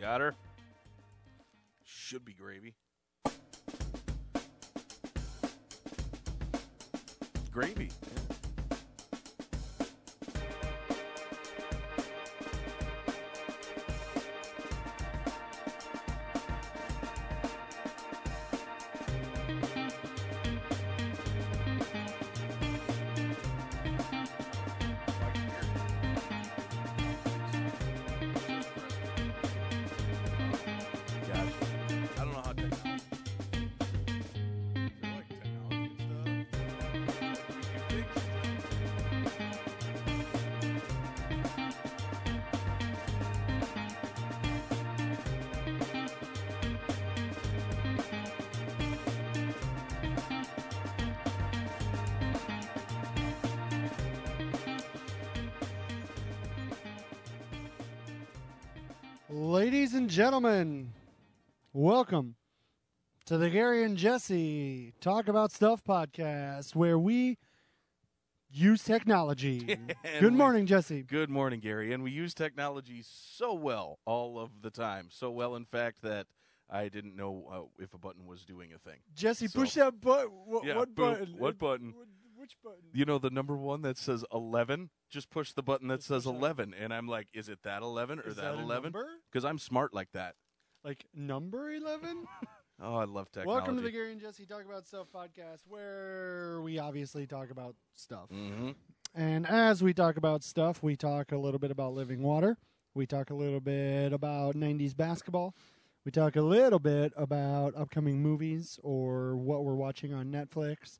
Got her. Should be gravy. Gravy. yeah. Gotcha. I don't know how technology. Ladies and gentlemen, welcome to the Gary and Jesse Talk About Stuff podcast, where we use technology. And Good we- morning, Jesse. Good morning, Gary. And we use technology so well all of the time. So well, in fact, that I didn't know uh, if a button was doing a thing. Jesse, So- push that button. What, Yeah, what boop. button? What button? Wh- Which button? You know, the number one that says 11, just push the button that says 11. And I'm like, is it that 11 or Is that a 11? number? Because I'm smart like that. Like number 11? Oh, I love technology. Welcome to the Gary and Jesse Talk About Stuff podcast, where we obviously talk about stuff. hmm And as we talk about stuff, we talk a little bit about living water. We talk a little bit about 90s basketball. We talk a little bit about upcoming movies or what we're watching on Netflix.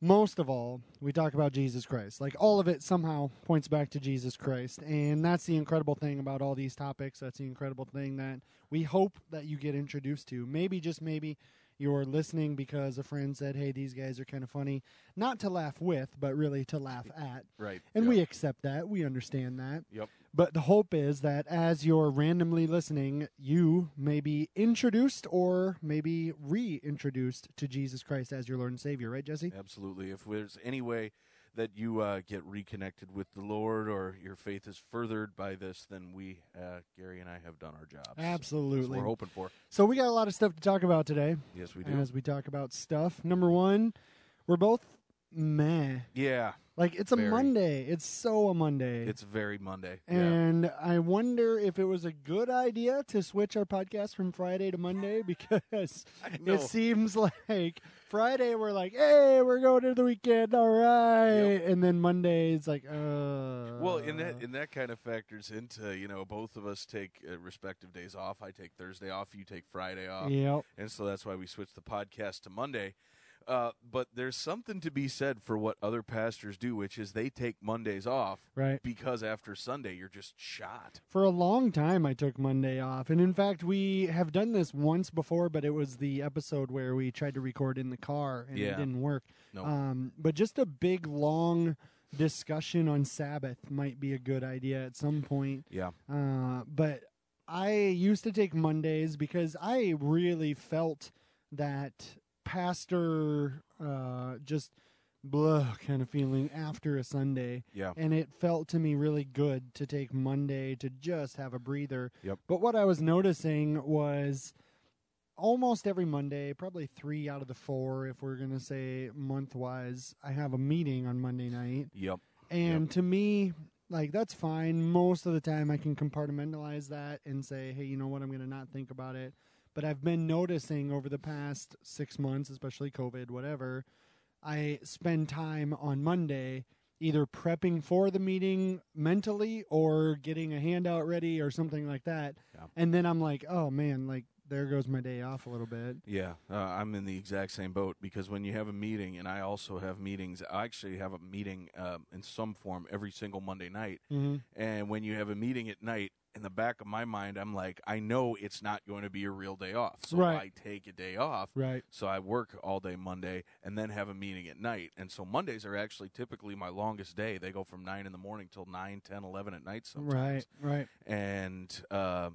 Most of all, we talk about Jesus Christ. Like all of it somehow points back to Jesus Christ. And that's the incredible thing about all these topics. That's the incredible thing that we hope that you get introduced to. Maybe, just maybe, you're listening because a friend said, hey, these guys are kind of funny. Not to laugh with, but really to laugh at. Right. And yeah. we accept that. We understand that. Yep. But the hope is that as you're randomly listening, you may be introduced or maybe reintroduced to Jesus Christ as your Lord and Savior, right, Jesse? Absolutely. If there's any way that you uh, get reconnected with the Lord or your faith is furthered by this, then we, uh, Gary and I, have done our jobs. That's what Absolutely. we're hoping for. So we got a lot of stuff to talk about today Yes, we do. as we talk about stuff. Number one, we're both meh. yeah, Like it's a Very. Monday. It's so a Monday. it's very Monday. yeah. and I wonder if it was a good idea to switch our podcast from Friday to Monday because I know. It seems like Friday we're like, hey, we're going to the weekend, all right, and then Monday it's like, uh. well, and that and that kind of factors into you know both of us take uh, respective days off. I take Thursday off. You take Friday off. yep, and so that's why we switched the podcast to Monday. Uh, but there's something to be said for what other pastors do, which is they take Mondays off right. because after Sunday you're just shot. For a long time, I took Monday off, and in fact, we have done this once before, but it was the episode where we tried to record in the car and Yeah. it didn't work. No. Um, but just a big long discussion on Sabbath might be a good idea at some point. Yeah. Uh, but I used to take Mondays because I really felt that pastor uh, just blah kind of feeling after a Sunday. Yeah. And it felt to me really good to take Monday to just have a breather. Yep. But what I was noticing was almost every Monday, probably three out of the four, if we're going to say month wise, I have a meeting on Monday night. Yep. And to me, like that's fine. Most of the time, I can compartmentalize that and say, hey, you know what? I'm going to not think about it. But I've been noticing over the past six months, especially COVID, whatever, I spend time on Monday either prepping for the meeting mentally or getting a handout ready or something like that. Yeah. And then I'm like, oh man, like there goes my day off a little bit. Yeah, uh, I'm in the exact same boat because when you have a meeting, and I also have meetings. I actually have a meeting um, in some form every single Monday night. Mm-hmm. And when you have a meeting at night, in the back of my mind, I'm like, I know it's not going to be a real day off, so Right. I take a day off. Right. So I work all day Monday and then have a meeting at night. And so Mondays are actually typically my longest day. They go from nine in the morning till nine, ten, eleven at night sometimes Right. Right. and uh,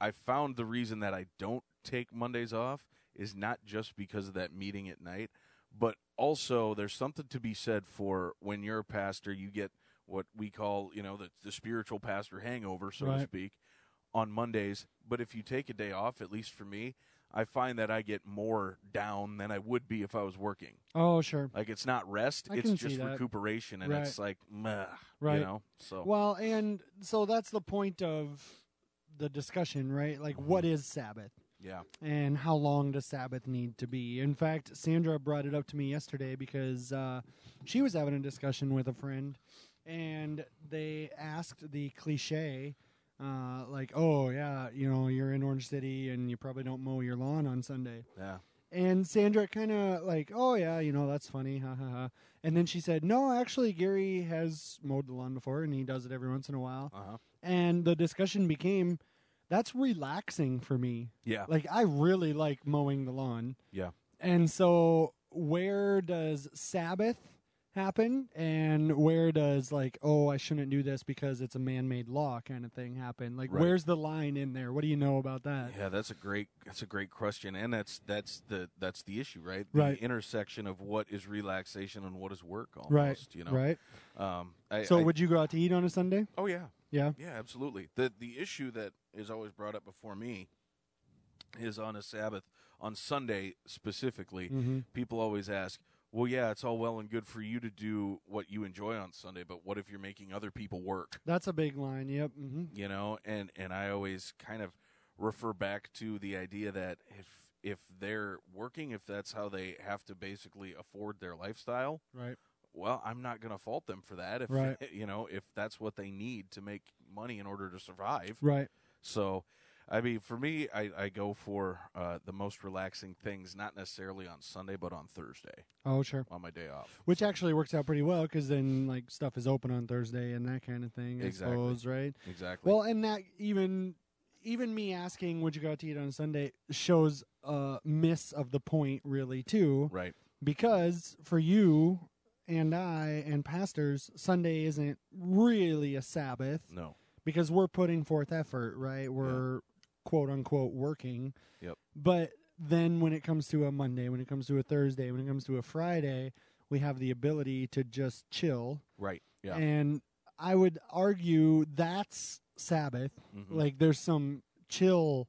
I found the reason that I don't take Mondays off is not just because of that meeting at night, but also there's something to be said for when you're a pastor, you get what we call, you know, the, the spiritual pastor hangover, so to Right. speak. on Mondays. But if you take a day off, at least for me, I find that I get more down than I would be if I was working. Oh, sure. Like it's not rest; I it's can see just that. recuperation, and Right. it's like, meh, Right. you know. So Well, and so that's the point of the discussion, right? Like, what is Sabbath? yeah, and how long does Sabbath need to be? In fact, Sandra brought it up to me yesterday because uh, she was having a discussion with a friend, and they asked the cliche, uh, like, "Oh yeah, you know, you're in Orange City and you probably don't mow your lawn on Sunday." yeah, And Sandra kind of like, "Oh yeah, you know, that's funny, ha ha ha." And then she said, "No, actually, Gary has mowed the lawn before, and he does it every once in a while." uh huh, And the discussion became. That's relaxing for me yeah, like I really like mowing the lawn. Yeah. And so where does Sabbath happen and where does like oh I shouldn't do this because it's a man-made law kind of thing happen? Like Right. where's the line in there? What do you know about that? yeah. That's a great, that's a great question, and that's that's the that's the issue, right? The Right. intersection of what is relaxation and what is work, almost. Right, You know, Right? Um, I, so I- would you go out to eat on a Sunday? oh yeah, Yeah. yeah, absolutely. the The issue that is always brought up before me is on a Sabbath, on Sunday specifically. Mm-hmm. people always ask, well, yeah, it's all well and good for you to do what you enjoy on Sunday, but what if you're making other people work? That's a big line. Yep. hmm You know, and and I always kind of refer back to the idea that if if they're working, if that's how they have to basically afford their lifestyle, Right. well, I'm not going to fault them for that. If Right. you know, if that's what they need to make money in order to survive, Right. so, I mean, for me, I, I go for uh, the most relaxing things, not necessarily on Sunday, but on Thursday, Oh, sure. on my day off. Which actually works out pretty well cuz then like stuff is open on Thursday and that kind of thing, I Exactly. suppose, right? Exactly. Well, and that even even me asking would you go out to eat on Sunday shows a miss of the point really too right. because for you and I and pastors Sunday isn't really a Sabbath No. because we're putting forth effort, right? We're quote unquote working. Yep. But then when it comes to a Monday, when it comes to a Thursday, when it comes to a Friday, we have the ability to just chill. Right. Yeah. And I would argue that's Sabbath Mhm. like there's some chill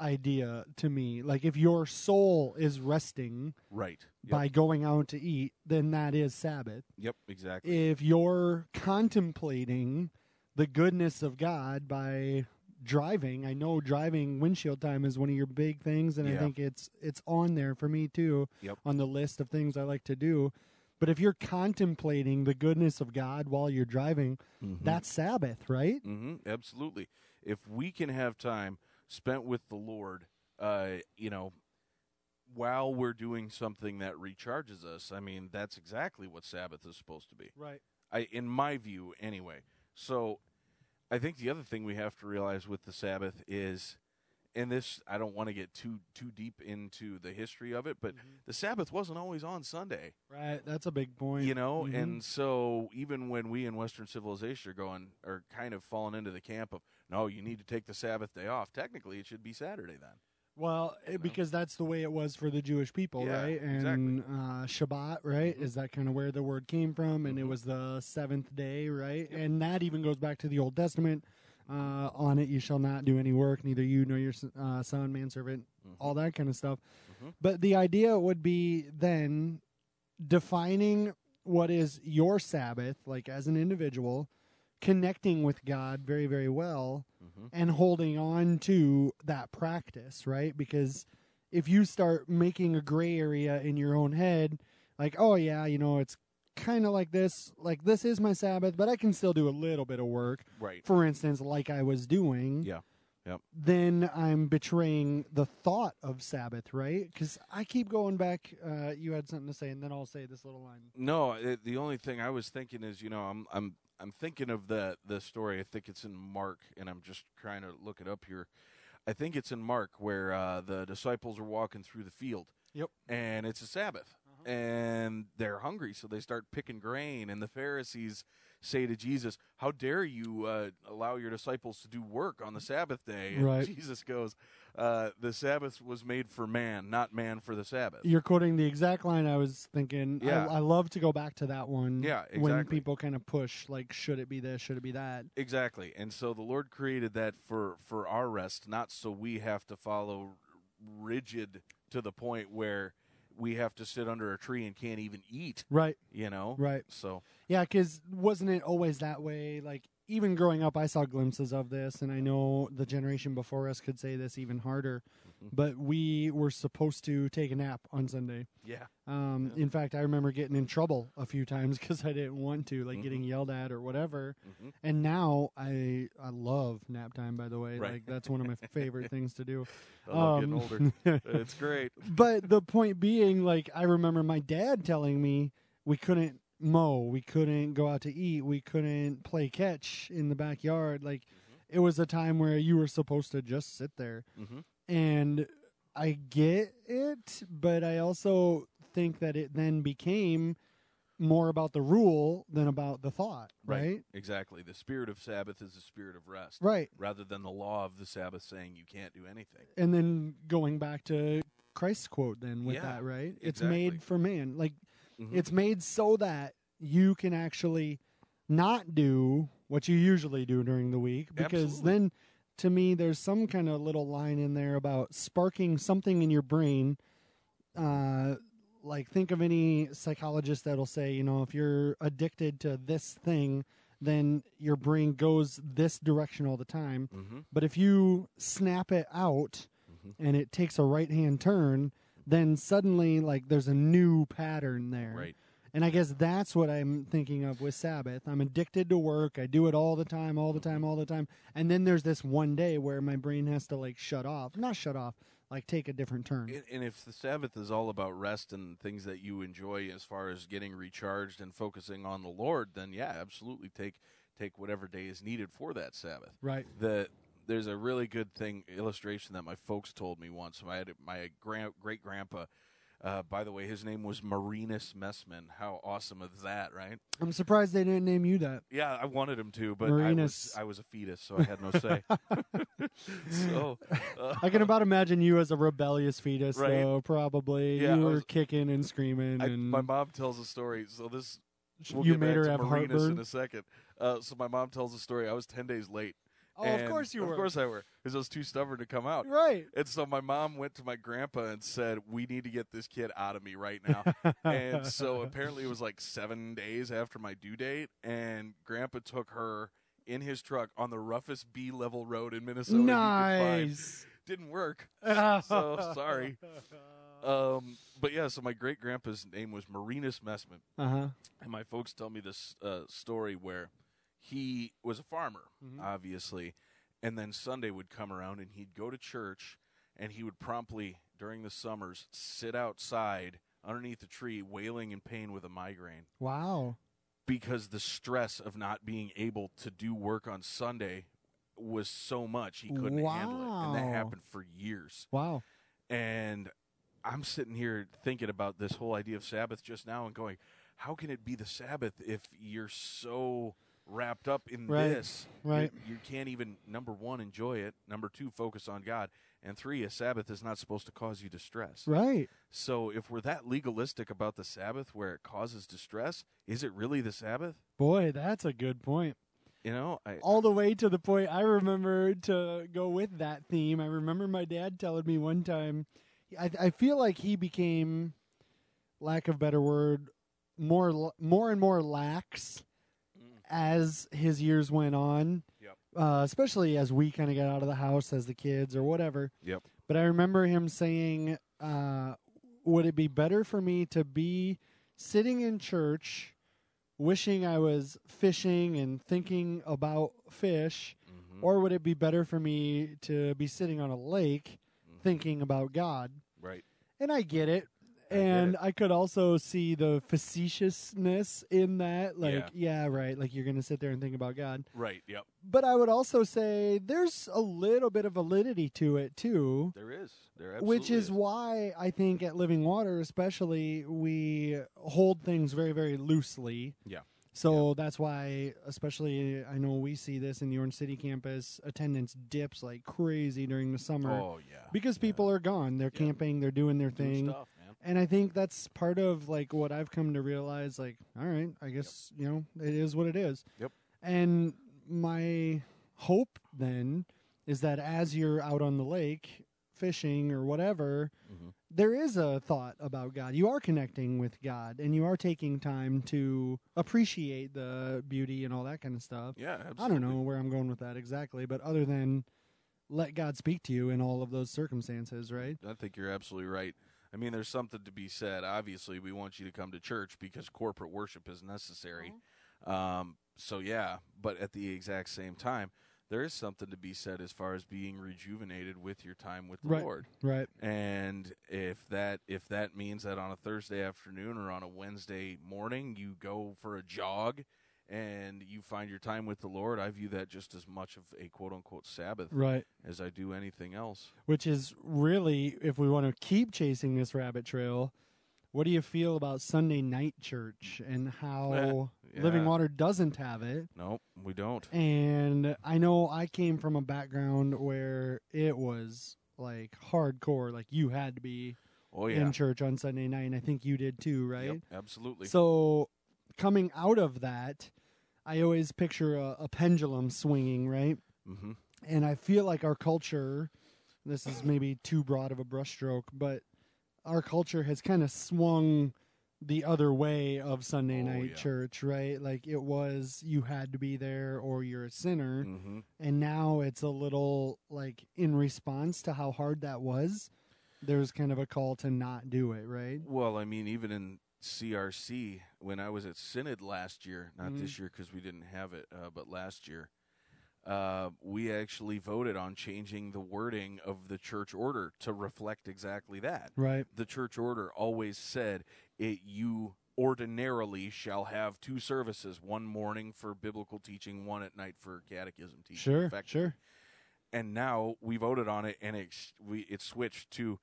idea to me like if your soul is resting Right. Yep. by going out to eat then that is sabbath Yep. Exactly. if you're contemplating the goodness of god by driving i know driving windshield time is one of your big things and i Yeah. think it's it's on there for me too Yep. on the list of things i like to do but if you're contemplating the goodness of god while you're driving Mm-hmm. that's sabbath right hmm Absolutely. If we can have time spent with the Lord, uh, you know, while we're doing something that recharges us, I mean, that's exactly what Sabbath is supposed to be. right I, in my view, anyway. So, I think the other thing we have to realize with the Sabbath is, and this I don't want to get too too deep into the history of it, but the Sabbath wasn't always on Sunday. Right, that's a big point. you know Mhm. and so even when we in western civilization are going are kind of falling into the camp of no you need to take the sabbath day off technically it should be saturday then well, it- you know. because that's the way it was for the Jewish people, Yeah, Mm-hmm. right? And uh, Shabbat, right? Is that kind of where the word came from? And it Mhm. was the seventh day, right? Yep. And that even goes back to the Old Testament. Uh, on it, you shall not do any work, neither you nor your s- uh, son, manservant, Mhm. all that kind of stuff. Mhm. But the idea would be then defining what is your Sabbath, like as an individual, connecting with God very, very well. mm-hmm. and holding on to that practice, right? Because if you start making a gray area in your own head, like, oh yeah, you know, it's kind of like this, like this is my Sabbath, but I can still do a little bit of work, right for instance, like I was doing. Yeah. Yep. Then I'm betraying the thought of Sabbath, right? Because I keep going back. Uh, you had something to say, and then I'll say this little line. no it, the only thing i was thinking is you know i'm i'm i'm thinking of the the story i think it's in mark and i'm just trying to look it up here i think it's in mark where uh, the disciples are walking through the field Yep. Uh-huh. and it's a sabbath and they're hungry so they start picking grain and the pharisees say to Jesus, "How dare you uh, allow your disciples to do work on the Sabbath day?" And Right. Jesus goes, uh, "The Sabbath was made for man, not man for the Sabbath." You're quoting the exact line I was thinking. Yeah. I, I love to go back to that one. Yeah, When exactly. people kind of push, like, should it be this? Should it be that? Exactly. And so the Lord created that for for our rest, not so we have to follow rigid to the point where we have to sit under a tree and can't even eat, Right. you know. Right. So, Yeah, because wasn't it always that way? Like, even growing up, I saw glimpses of this, and I know the generation before us could say this even harder, Mhm. but we were supposed to take a nap on Sunday. yeah. Um, Yeah. In fact, I remember getting in trouble a few times because I didn't want to, like Mhm. getting yelled at or whatever. Mhm. And now I I love nap time. By the way, Right. like that's one of my favorite things to do. I love getting Um, older. It's great. but the point being, like, I remember my dad telling me we couldn't mow, we couldn't go out to eat, we couldn't play catch in the backyard. Like, Mm-hmm. it was a time where you were supposed to just sit there. hmm And I get it, but I also think that it then became more about the rule than about the thought, right? Exactly. The spirit of Sabbath is the spirit of rest, Right. rather than the law of the Sabbath saying you can't do anything. and then going back to Christ's quote then with Yeah, that, right? It's exactly. made for man. Like Mhm. it's made so that you can actually not do what you usually do during the week because Absolutely. then to me there's some kind of little line in there about sparking something in your brain uh like think of any psychologist that'll say, you know, if you're addicted to this thing, then your brain goes this direction all the time. Mm-hmm. But if you snap it out Mhm. and it takes a right hand turn, then suddenly like there's a new pattern there. Right. And I guess that's what I'm thinking of with Sabbath. I'm addicted to work. I do it all the time, all the time, all the time. And then there's this one day where my brain has to like shut off. Not shut off, like take a different turn. And, and if the Sabbath is all about rest and things that you enjoy as far as getting recharged and focusing on the Lord, then yeah, absolutely take take whatever day is needed for that Sabbath. right. The there's a really good thing illustration that my folks told me once. My my grand, great grandpa, uh, by the way, his name was Marinus Messman. How awesome is that, right? I'm surprised they didn't name you that. Yeah, I wanted him to, but Marinus. I was I was a fetus, so I had no say. so uh, I can about imagine you as a rebellious fetus Right. though, probably. Yeah, you I were was- kicking and screaming I, and my mom tells a story. So this we'll you get made back her to have Marinas heartburn. in a second. Uh, so my mom tells a story. I was ten days late. Oh, and- of course you were. Of course I were, because I was too stubborn to come out. Right. And so my mom went to my grandpa and said, "We need to get this kid out of me right now." and so apparently it was like seven days after my due date, and grandpa took her in his truck on the roughest B level road in Minnesota. he could find. nice. Didn't work. So, sorry. Uh-huh. Um, but yeah, so my great grandpa's name was Marinus Messman. Uh huh. and my folks tell me this uh, story where he was a farmer, Mm-hmm. obviously, and then Sunday would come around and he'd go to church and he would promptly, during the summers, sit outside underneath a tree wailing in pain with a migraine Wow. because the stress of not being able to do work on Sunday was so much he couldn't handle it. And Wow. that happened for years. Wow. And I'm sitting here thinking about this whole idea of Sabbath just now and going, how can it be the Sabbath if you're so wrapped up in Right, this? Right. You, you can't even, number one, enjoy it. Number two, focus on God. And three, a Sabbath is not supposed to cause you distress. Right. So if we're that legalistic about the Sabbath where it causes distress, is it really the Sabbath? Boy, that's a good point. You know, I. All the way to the point I remember to go with that theme. I remember my dad telling me one time, I, I feel like he became, lack of better word, more l- more and more lax Mm. as his years went on. Yep. Uh, especially as we kind of got out of the house as the kids or whatever. Yep. But I remember him saying, uh, "Would it be better for me to be sitting in church, wishing I was fishing and thinking about fish, Mhm, or would it be better for me to be sitting on a lake, mhm. thinking about God?" Right. And I get it. I get And it. I could also see the facetiousness in that. Like, Yeah. yeah, right. Like, you're going to sit there and think about God Right. Yep. but I would also say there's a little bit of validity to it too, There is. There which is why I think at Living Water, especially, we hold things very, very loosely. Yeah. So that's why, especially, I know we see this in the Orange City campus. Attendance dips like crazy during the summer Oh yeah. because Yeah. people are gone. They're Yeah. camping. They're doing their Doing thing. stuff, man. And I think that's part of like what I've come to realize. Like, all right, I guess you know it is what it is. Yep. And my hope then is that as you're out on the lake fishing or whatever, Mhm. there is a thought about God. You are connecting with God, and you are taking time to appreciate the beauty and all that kind of stuff. Yeah, absolutely. I don't know where I'm going with that exactly, but other than let God speak to you in all of those circumstances, right? I think you're absolutely right. I mean, there's something to be said. Obviously, we want you to come to church because corporate worship is necessary. Uh-huh. Um, so yeah, but at the exact same time, there is something to be said as far as being rejuvenated with your time with the Right. Lord. Right. And if that if that means that on a Thursday afternoon or on a Wednesday morning you go for a jog and you find your time with the Lord, I view that just as much of a quote unquote Sabbath Right. as I do anything else. which is really if we want to keep chasing this rabbit trail what do you feel about sunday night church and how living Yeah. water doesn't have it Nope, we don't. and i know i came from a background where it was like hardcore like you had to be Oh yeah. in church on sunday night and i think you did too right Yep, absolutely. so coming out of that i always picture a, a pendulum swinging right hmm and I feel like our culture, this is maybe too broad of a brushstroke, but our culture has kind of swung the other way of Sunday Oh, night yeah. church, right? Like it was you had to be there or you're a sinner, hmm and now it's a little like in response to how hard that was. There's kind of a call to not do it, right? Well, I mean, even in CRC, when I was at Synod last year, not Mhm. this year because we didn't have it, uh, but last year, uh, we actually voted on changing the wording of the church order to reflect exactly that. Right. The church order always said it you ordinarily shall have two services one morning for biblical teaching one at night for catechism teaching Sure. effectively Sure. and now we voted on it and it we it switched to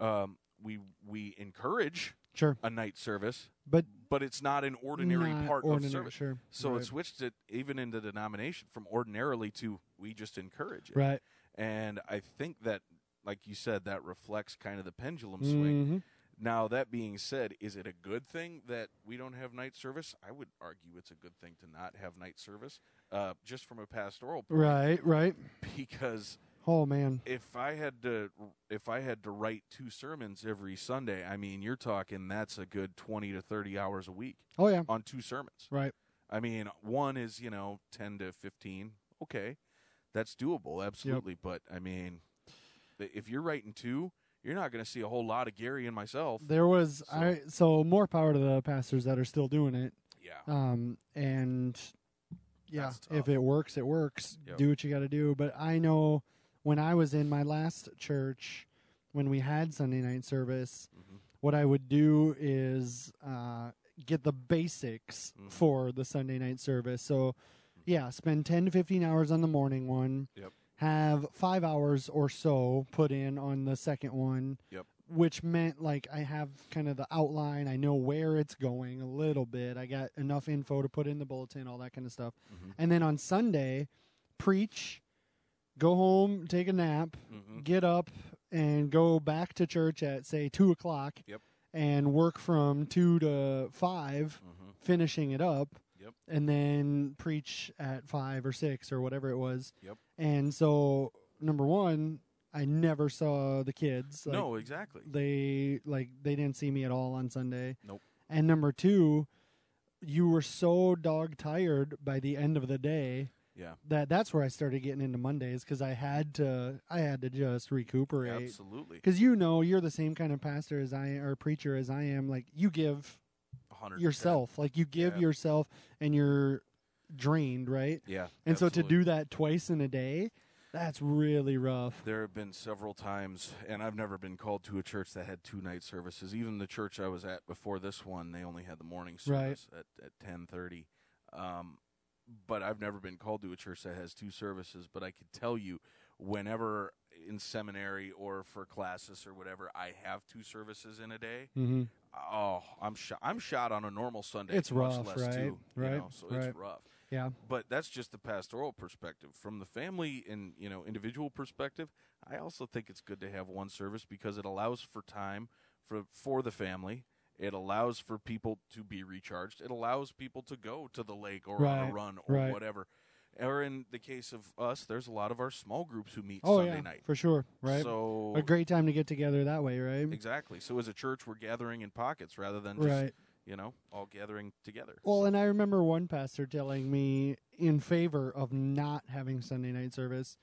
um, we we encourage Sure. a night service But but it's not an ordinary not part ordinary, of service Sure. so right. it switched it even in the denomination from ordinarily to we just encourage it right. and i think that like you said that reflects kind of the pendulum swing Mhm. now that being said is it a good thing that we don't have night service i would argue it's a good thing to not have night service uh, just from a pastoral point Right. Right. because Oh man. if I had to if I had to write two sermons every Sunday, I mean, you're talking that's a good 20 to 30 hours a week Oh yeah. on two sermons. Right. I mean, one is, you know, 10 to 15. Okay. That's doable, absolutely, but I mean, th- if you're writing two, you're not going to see a whole lot of Gary and myself. There was So- I so more power to the pastors that are still doing it. yeah. Um and yeah, That's tough. if it works, it works. Yep. Do what you got to do, but I know when I was in my last church when we had Sunday night service, Mhm. what I would do is uh get the basics Mhm. for the Sunday night service. So yeah, spend 10 to 15 hours on the morning one. Yep. Have 5 hours or so put in on the second one which meant like I have kind of the outline. I know where it's going a little bit. I got enough info to put in the bulletin, all that kind of stuff. Mhm. And then on Sunday, preach, go home, take a nap, Mhm. get up, and go back to church at say two o'clock. Yep. And work from two to five, Mhm. finishing it up. Yep. And then preach at five or six or whatever it was. Yep. And so number one, I never saw the kids. like, no, exactly. they like they didn't see me at all on Sunday. Nope. And number two, you were so dog tired by the end of the day. Yeah. That that's where I started getting into Mondays because I had to I had to just recuperate Absolutely. because you know you're the same kind of pastor as I or preacher as I am. Like you give 100 yourself, like you give Yeah. yourself, and you're drained, right? Yeah. And so to absolutely. do that twice in a day, that's really rough. There have been several times, and I've never been called to a church that had two night services. Even the church I was at before this one, they only had the morning Right. service at at ten thirty. Um, but I've never been called to a church that has two services. But I could tell you, whenever in seminary or for classes or whatever, I have two services in a day. Mm-hmm. oh, I'm shot. I'm shot on a normal Sunday. It's much rough, less right? Too, Right, You know, so right. it's rough. Yeah. But that's just the pastoral perspective. From the family and you know individual perspective, I also think it's good to have one service because it allows for time for for the family. It allows for people to be recharged. It allows people to go to the lake or on Right, a run or right. whatever. Or in the case of us, there's a lot of our small groups who meet Oh Sunday yeah, night. for sure. Right. So a great time to get together that way, right? exactly. So as a church, we're gathering in pockets rather than just Right. you know, all gathering together. Well, and I remember one pastor telling me in favor of not having Sunday night service.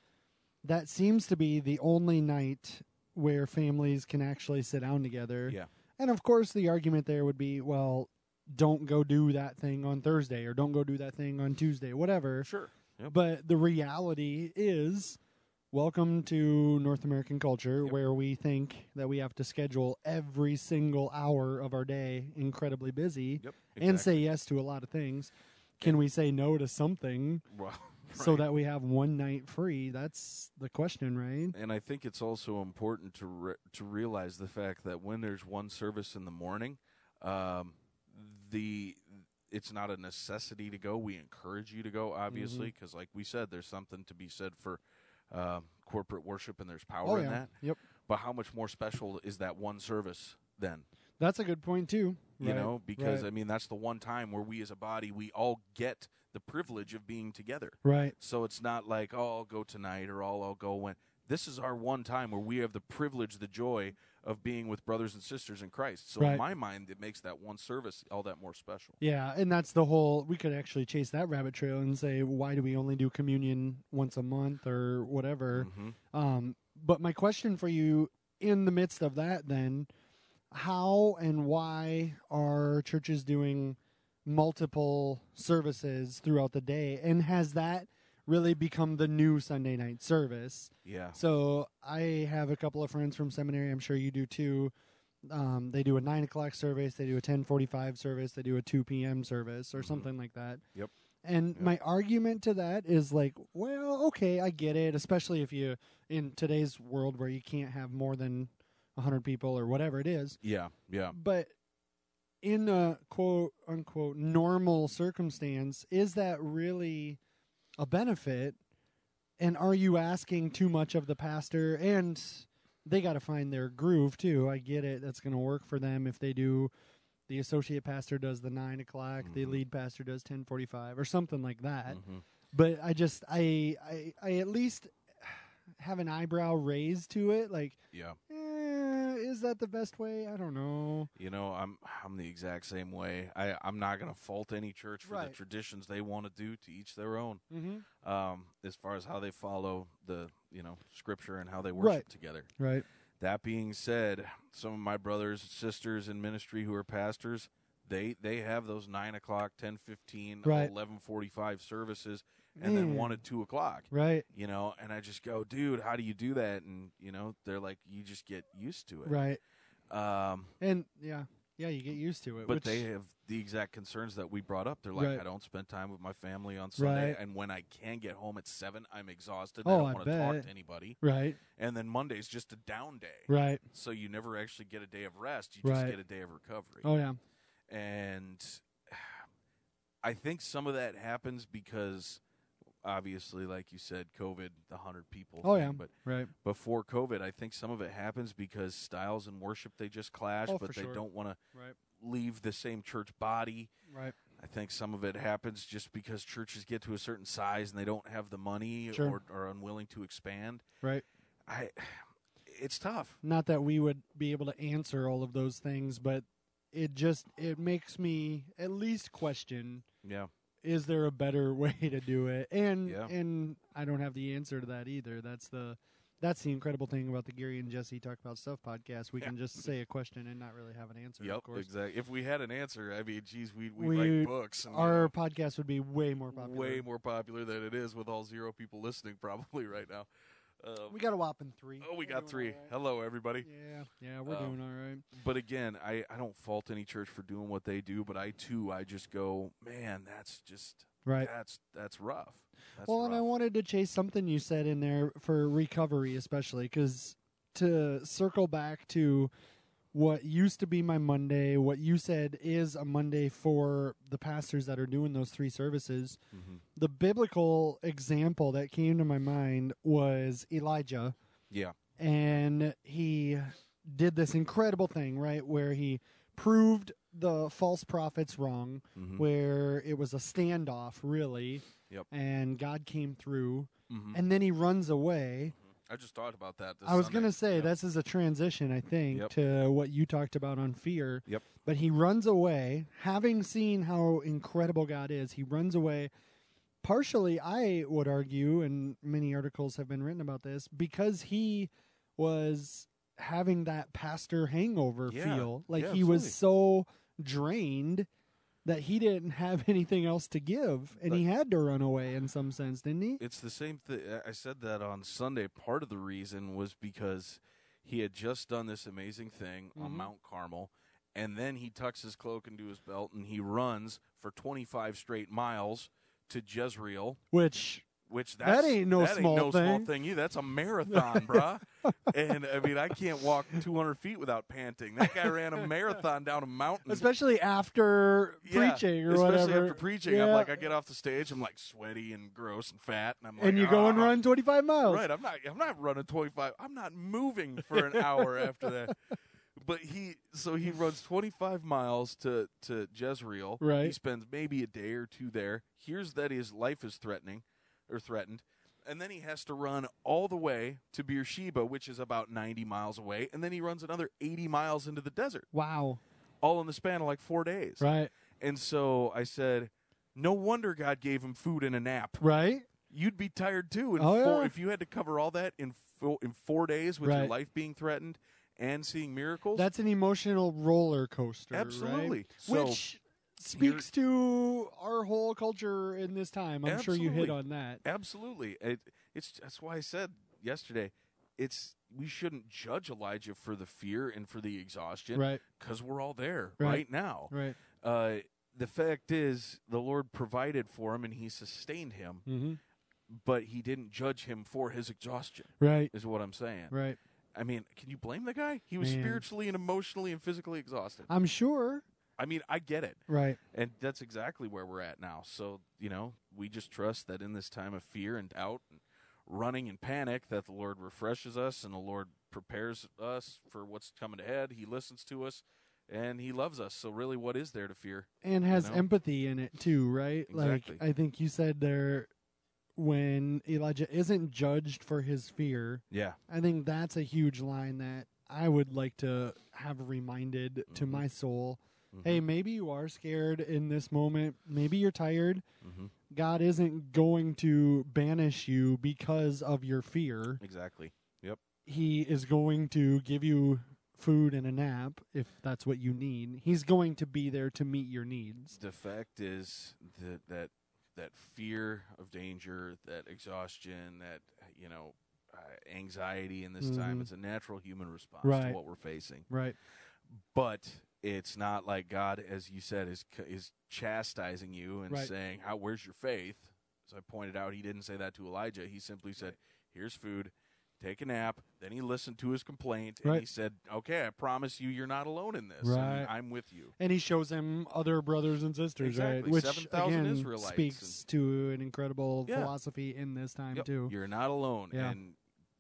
That seems to be the only night where families can actually sit down together. Yeah. And of course, the argument there would be, well, don't go do that thing on Thursday or don't go do that thing on Tuesday, whatever. sure. Yep. But the reality is, welcome to North American culture, Yep. where we think that we have to schedule every single hour of our day incredibly busy Yep. and say yes to a lot of things. Can we say no to something Well, so right. that we have one night free? That's the question, right? and I think it's also important to re- to realize the fact that when there's one service in the morning, um, the it's not a necessity to go. We encourage you to go, obviously, Mm-hmm. because like we said, there's something to be said for uh, corporate worship, and there's power in that. Oh, Yep. But how much more special is that one service then? That's a good point, too. you Right. know because right. i mean that's the one time where we as a body we all get the privilege of being together Right. so it's not like oh i'll go tonight or oh i'll go when this is our one time where we have the privilege the joy of being with brothers and sisters in christ so Right. in my mind it makes that one service all that more special Yeah, and that's the whole. We could actually chase that rabbit trail and say, why do we only do communion once a month or whatever? Mhm. Um, but my question for you, in the midst of that, then, how and why are churches doing multiple services throughout the day? And has that really become the new Sunday night service? yeah So I have a couple of friends from seminary. I'm sure you do too. Um, they do a nine o'clock service. They do a ten forty five service. They do a two p.m. service or Mhm. something like that. Yep. And Yep. my argument to that is like, well, okay, I get it. Especially if you in today's world where you can't have more than hundred people or whatever it is. yeah yeah But in a quote unquote normal circumstance, is that really a benefit? And are you asking too much of the pastor? And they got to find their groove too. I get it. That's going to work for them if they do. The associate pastor does the nine o'clock. The Mhm. lead pastor does ten forty-five or something like that. Mhm. But I just I, I I at least have an eyebrow raised to it. Like, yeah eh, is that the best way? I don't know. you know i'm i'm the exact same way i i'm not going to fault any church for the Right. traditions they want to do to each their own Mm-hmm. um, as far as how they follow the you know scripture and how they worship Right. together. Right. That being said, some of my brothers and sisters in ministry who are pastors, they they have those nine o'clock, ten fifteen, Right. eleven forty five services, and then one Man. at two o'clock. Right. You know, and I just go, dude, how do you do that? And you know, they're like, you just get used to it. Right. Um, And yeah, yeah, you get used to it. but which, they have the exact concerns that we brought up. They're like, Right. I don't spend time with my family on Sunday, Right. and when I can get home at seven, I'm exhausted. Oh, I don't I want to talk bet. to anybody. Right. And then Monday's just a down day, Right. so you never actually get a day of rest. You Right. just get a day of recovery. Oh yeah. And I think some of that happens because, obviously, like you said, COVID, the hundred people. Oh, thing, yeah. But Right. before COVID, I think some of it happens because styles and worship they just clash, Oh, but for they sure. don't want to Right. leave the same church body. Right. I think some of it happens just because churches get to a certain size and they don't have the money Sure. or are unwilling to expand. Right. I it's tough. Not that we would be able to answer all of those things, but it just it makes me at least question: Yeah. Is there a better way to do it? And Yeah. and I don't have the answer to that either. That's the that's the incredible thing about the Gary and Jesse Talk About Stuff podcast. We Yeah. can just say a question and not really have an answer. Yep, Of course. exactly. If we had an answer, I mean, geez, we'd, we'd We write books. And Our podcast would be way more we're popular. way more popular than it is with all zero people listening probably right now. Um, We got a whopping three. oh, we We're got doing three. all right. Hello, everybody. Yeah, yeah, we're Um, doing all right. But again, I, I don't fault any church for doing what they do, but I too, I just go, man, that's just, Right. that's, that's rough. That's well, and I rough. wanted to chase something you said in there for recovery, especially because to circle back to what used to be my Monday, what you said is a Monday for the pastors that are doing those three services. hmm The biblical example that came to my mind was Elijah Yeah. and he did this incredible thing, right, where he proved the false prophets wrong, hmm where it was a standoff, really. Yep. And God came through, hmm and then he runs away. Mm-hmm. I just thought about that. This I was Sunday. going to say Yep. this is a transition, I think, Yep. to what you talked about on fear. Yep. But he runs away, having seen how incredible God is. He runs away. Partially, I would argue, and many articles have been written about this, because he was having that pastor hangover Yeah. feel. Like Yeah, he was so drained that he didn't have anything else to give, and he had to run away in some sense, didn't he? It's the same thing. I said that on Sunday. Part of the reason was because he had just done this amazing thing on Mhm. Mount Carmel, and then he tucks his cloak into his belt and he runs for 25 straight miles to Jezreel, Which which That that's, ain't no that small no small thing. thing either. That's a marathon, bruh. And I mean, I can't walk 200 feet without panting. That guy ran a marathon down a mountain. especially after Mm. Yeah, preaching or especially whatever. after preaching, I'm Yeah. like, I get off the stage, I'm like sweaty and gross and fat, and I'm like, and you go and "Ah." run 25 miles. Right. I'm not. I'm not running 25. I'm not moving for an hour after that. But he, so he runs 25 miles to to Jezreel. He Right. spends maybe a day or two there. Hears that his life is threatening, or threatened, and then he has to run all the way to Beersheba, which is about 90 miles away, and then he runs another 80 miles into the desert, Wow. all in the span of like four days. Right. And so I said, no wonder God gave him food and a nap Right. you'd be tired too. In Oh, four, yeah. if you had to cover all that in four, in four days with your Right. life being threatened and seeing miracles, That's an emotional roller coaster. right? absolutely. So, Which speaks to our whole culture in this time. I'm sure you hit Absolutely. on that. absolutely. It, it's that's why I said yesterday, it's we shouldn't judge Elijah for the fear and for the exhaustion Right. because we're all there Right. right, now. Right. Uh, the fact is, the Lord provided for him and He sustained him, Mm-hmm. but He didn't judge him for his exhaustion. Right. Is what I'm saying. Right. I mean, can you blame the guy? He was Man. spiritually and emotionally and physically exhausted. I'm sure. I mean, I get it. Right. And that's exactly where we're at now. So, you know, we just trust that in this time of fear and doubt and running and panic that the Lord refreshes us and the Lord prepares us for what's coming ahead. He listens to us and he loves us. So really what is there to fear? and has know? empathy in it too, right? Exactly. Like I think you said there when Elijah isn't judged for his fear, Yeah. I think that's a huge line that I would like to have reminded to Mhm. my soul. Mhm. Hey, maybe you are scared in this moment. Maybe you're tired. Mm-hmm. God isn't going to banish you because of your fear. Exactly. He is going to give you food and a nap if that's what you need. He's going to be there to meet your needs. The fact is that that that fear of danger, that exhaustion, that you know, uh, anxiety in this time Mhm. it's a natural human response Right. to what we're facing. Right. but it's not like God, as you said, is is chastising you and Right. saying, "How? Where's your faith?" As I pointed out, he didn't say that to Elijah. He simply said, "Here's food. Take a nap." Then he listened to his complaint and Right. he said, "Okay, I promise you, you're not alone in this. Right. And I'm with you." and he shows him other brothers and sisters, right? Exactly, Which 7,000 again Israelites speaks to an incredible Yeah. philosophy in this time Yep, too. You're not alone, Yeah. and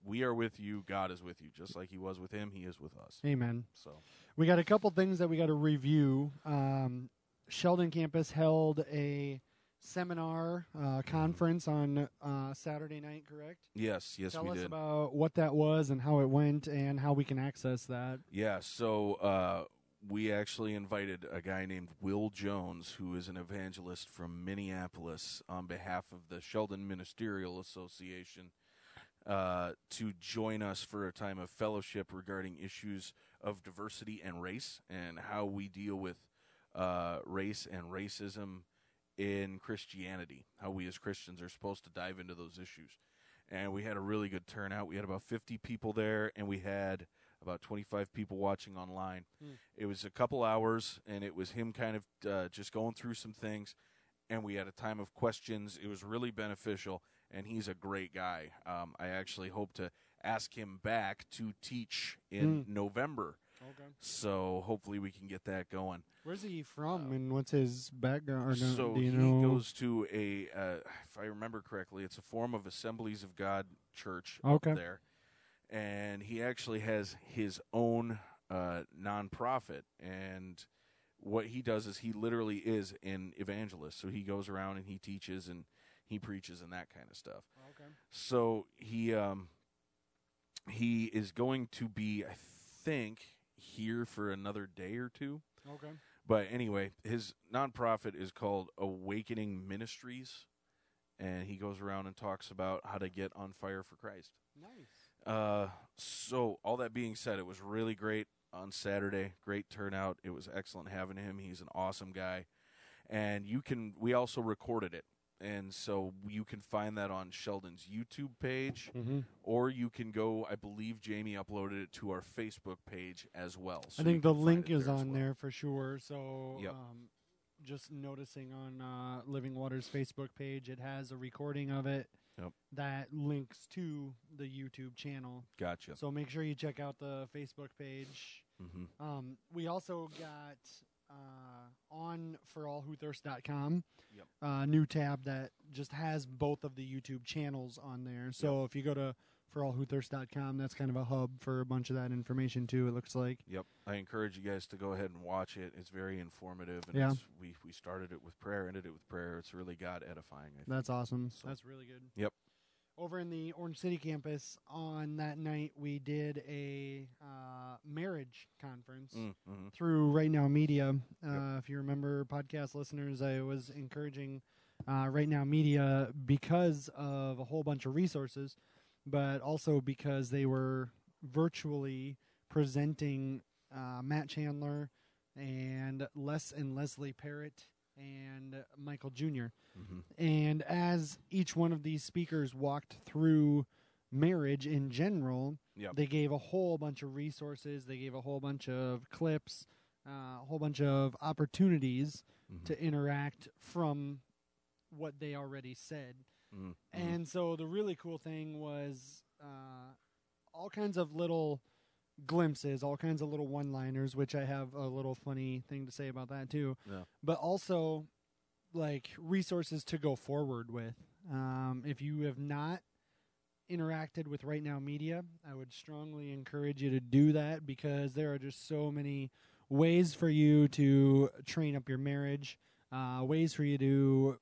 we are with you. God is with you, just like He was with him. He is with us. Amen. So We got a couple things that we got to review. Um, Sheldon campus held a seminar uh, conference on uh, Saturday night, correct? yes, yes, Tell we us did. about what that was and how it went and how we can access that. Yeah, so uh, we actually invited a guy named Will Jones, who is an evangelist from Minneapolis, on behalf of the Sheldon Ministerial Association, uh, to join us for a time of fellowship regarding issues of diversity and race and how we deal with uh, race and racism in Christianity, how we as Christians are supposed to dive into those issues. And we had a really good turnout. We had about 50 people there, and we had about 25 people watching online. Hmm. It was a couple hours, and it was him kind of uh, just going through some things. And we had a time of questions. It was really beneficial, and he's a great guy. Um, I actually hope to ask him back to teach in November Okay. So hopefully we can get that going. Where's he from and what's his background? Or no, so do you he know? goes to a, uh, if I remember correctly, it's a form of Assemblies of God church Okay. up there, and he actually has his own uh, nonprofit. And what he does is he literally is an evangelist. So he goes around and he teaches and he preaches and that kind of stuff. okay. So he um he is going to be I think here for another day or two. Okay. But anyway, his nonprofit is called Awakening Ministries and he goes around and talks about how to get on fire for Christ. Nice. Uh so all that being said, it was really great on Saturday. Great turnout. It was excellent having him. He's an awesome guy. And you can we also recorded it. And so you can find that on Sheldon's YouTube page Mm-hmm. or you can go. I believe Jamie uploaded it to our Facebook page as well. So I you think the can find link it is as on well. there for sure. So Yep. um, just noticing on uh, Living Waters Facebook page, it has a recording of it Yep. that links to the YouTube channel. Gotcha. So make sure you check out the Facebook page. hmm Um, we also got uh, on forallwhothirst.com, Yep. a uh, new tab that just has both of the YouTube channels on there. So if you go to forallwhothirst.com, that's kind of a hub for a bunch of that information too. It looks like. Yep. I encourage you guys to go ahead and watch it. It's very informative, and Yeah. it's, we we started it with prayer, ended it with prayer. It's really God edifying. I think. That's awesome. So- That's really good. Yep. Over in the Orange City campus on that night, we did a uh, marriage conference Mm, mhm. through Right Now Media. Uh, If you remember, podcast listeners, I was encouraging uh, Right Now Media because of a whole bunch of resources, but also because they were virtually presenting uh, Matt Chandler and Les and Leslie Parrott and Michael Jr. Mhm. And as each one of these speakers walked through marriage in general, Yep. they gave a whole bunch of resources, they gave a whole bunch of clips, uh, a whole bunch of opportunities Mhm. to interact from what they already said. Mhm. And so the really cool thing was uh, all kinds of little glimpses, all kinds of little one liners, which I have a little funny thing to say about that too. Yeah. But also, like, resources to go forward with. Um, if you have not interacted with Right Now Media, I would strongly encourage you to do that because there are just so many ways for you to train up your marriage, uh, ways for you to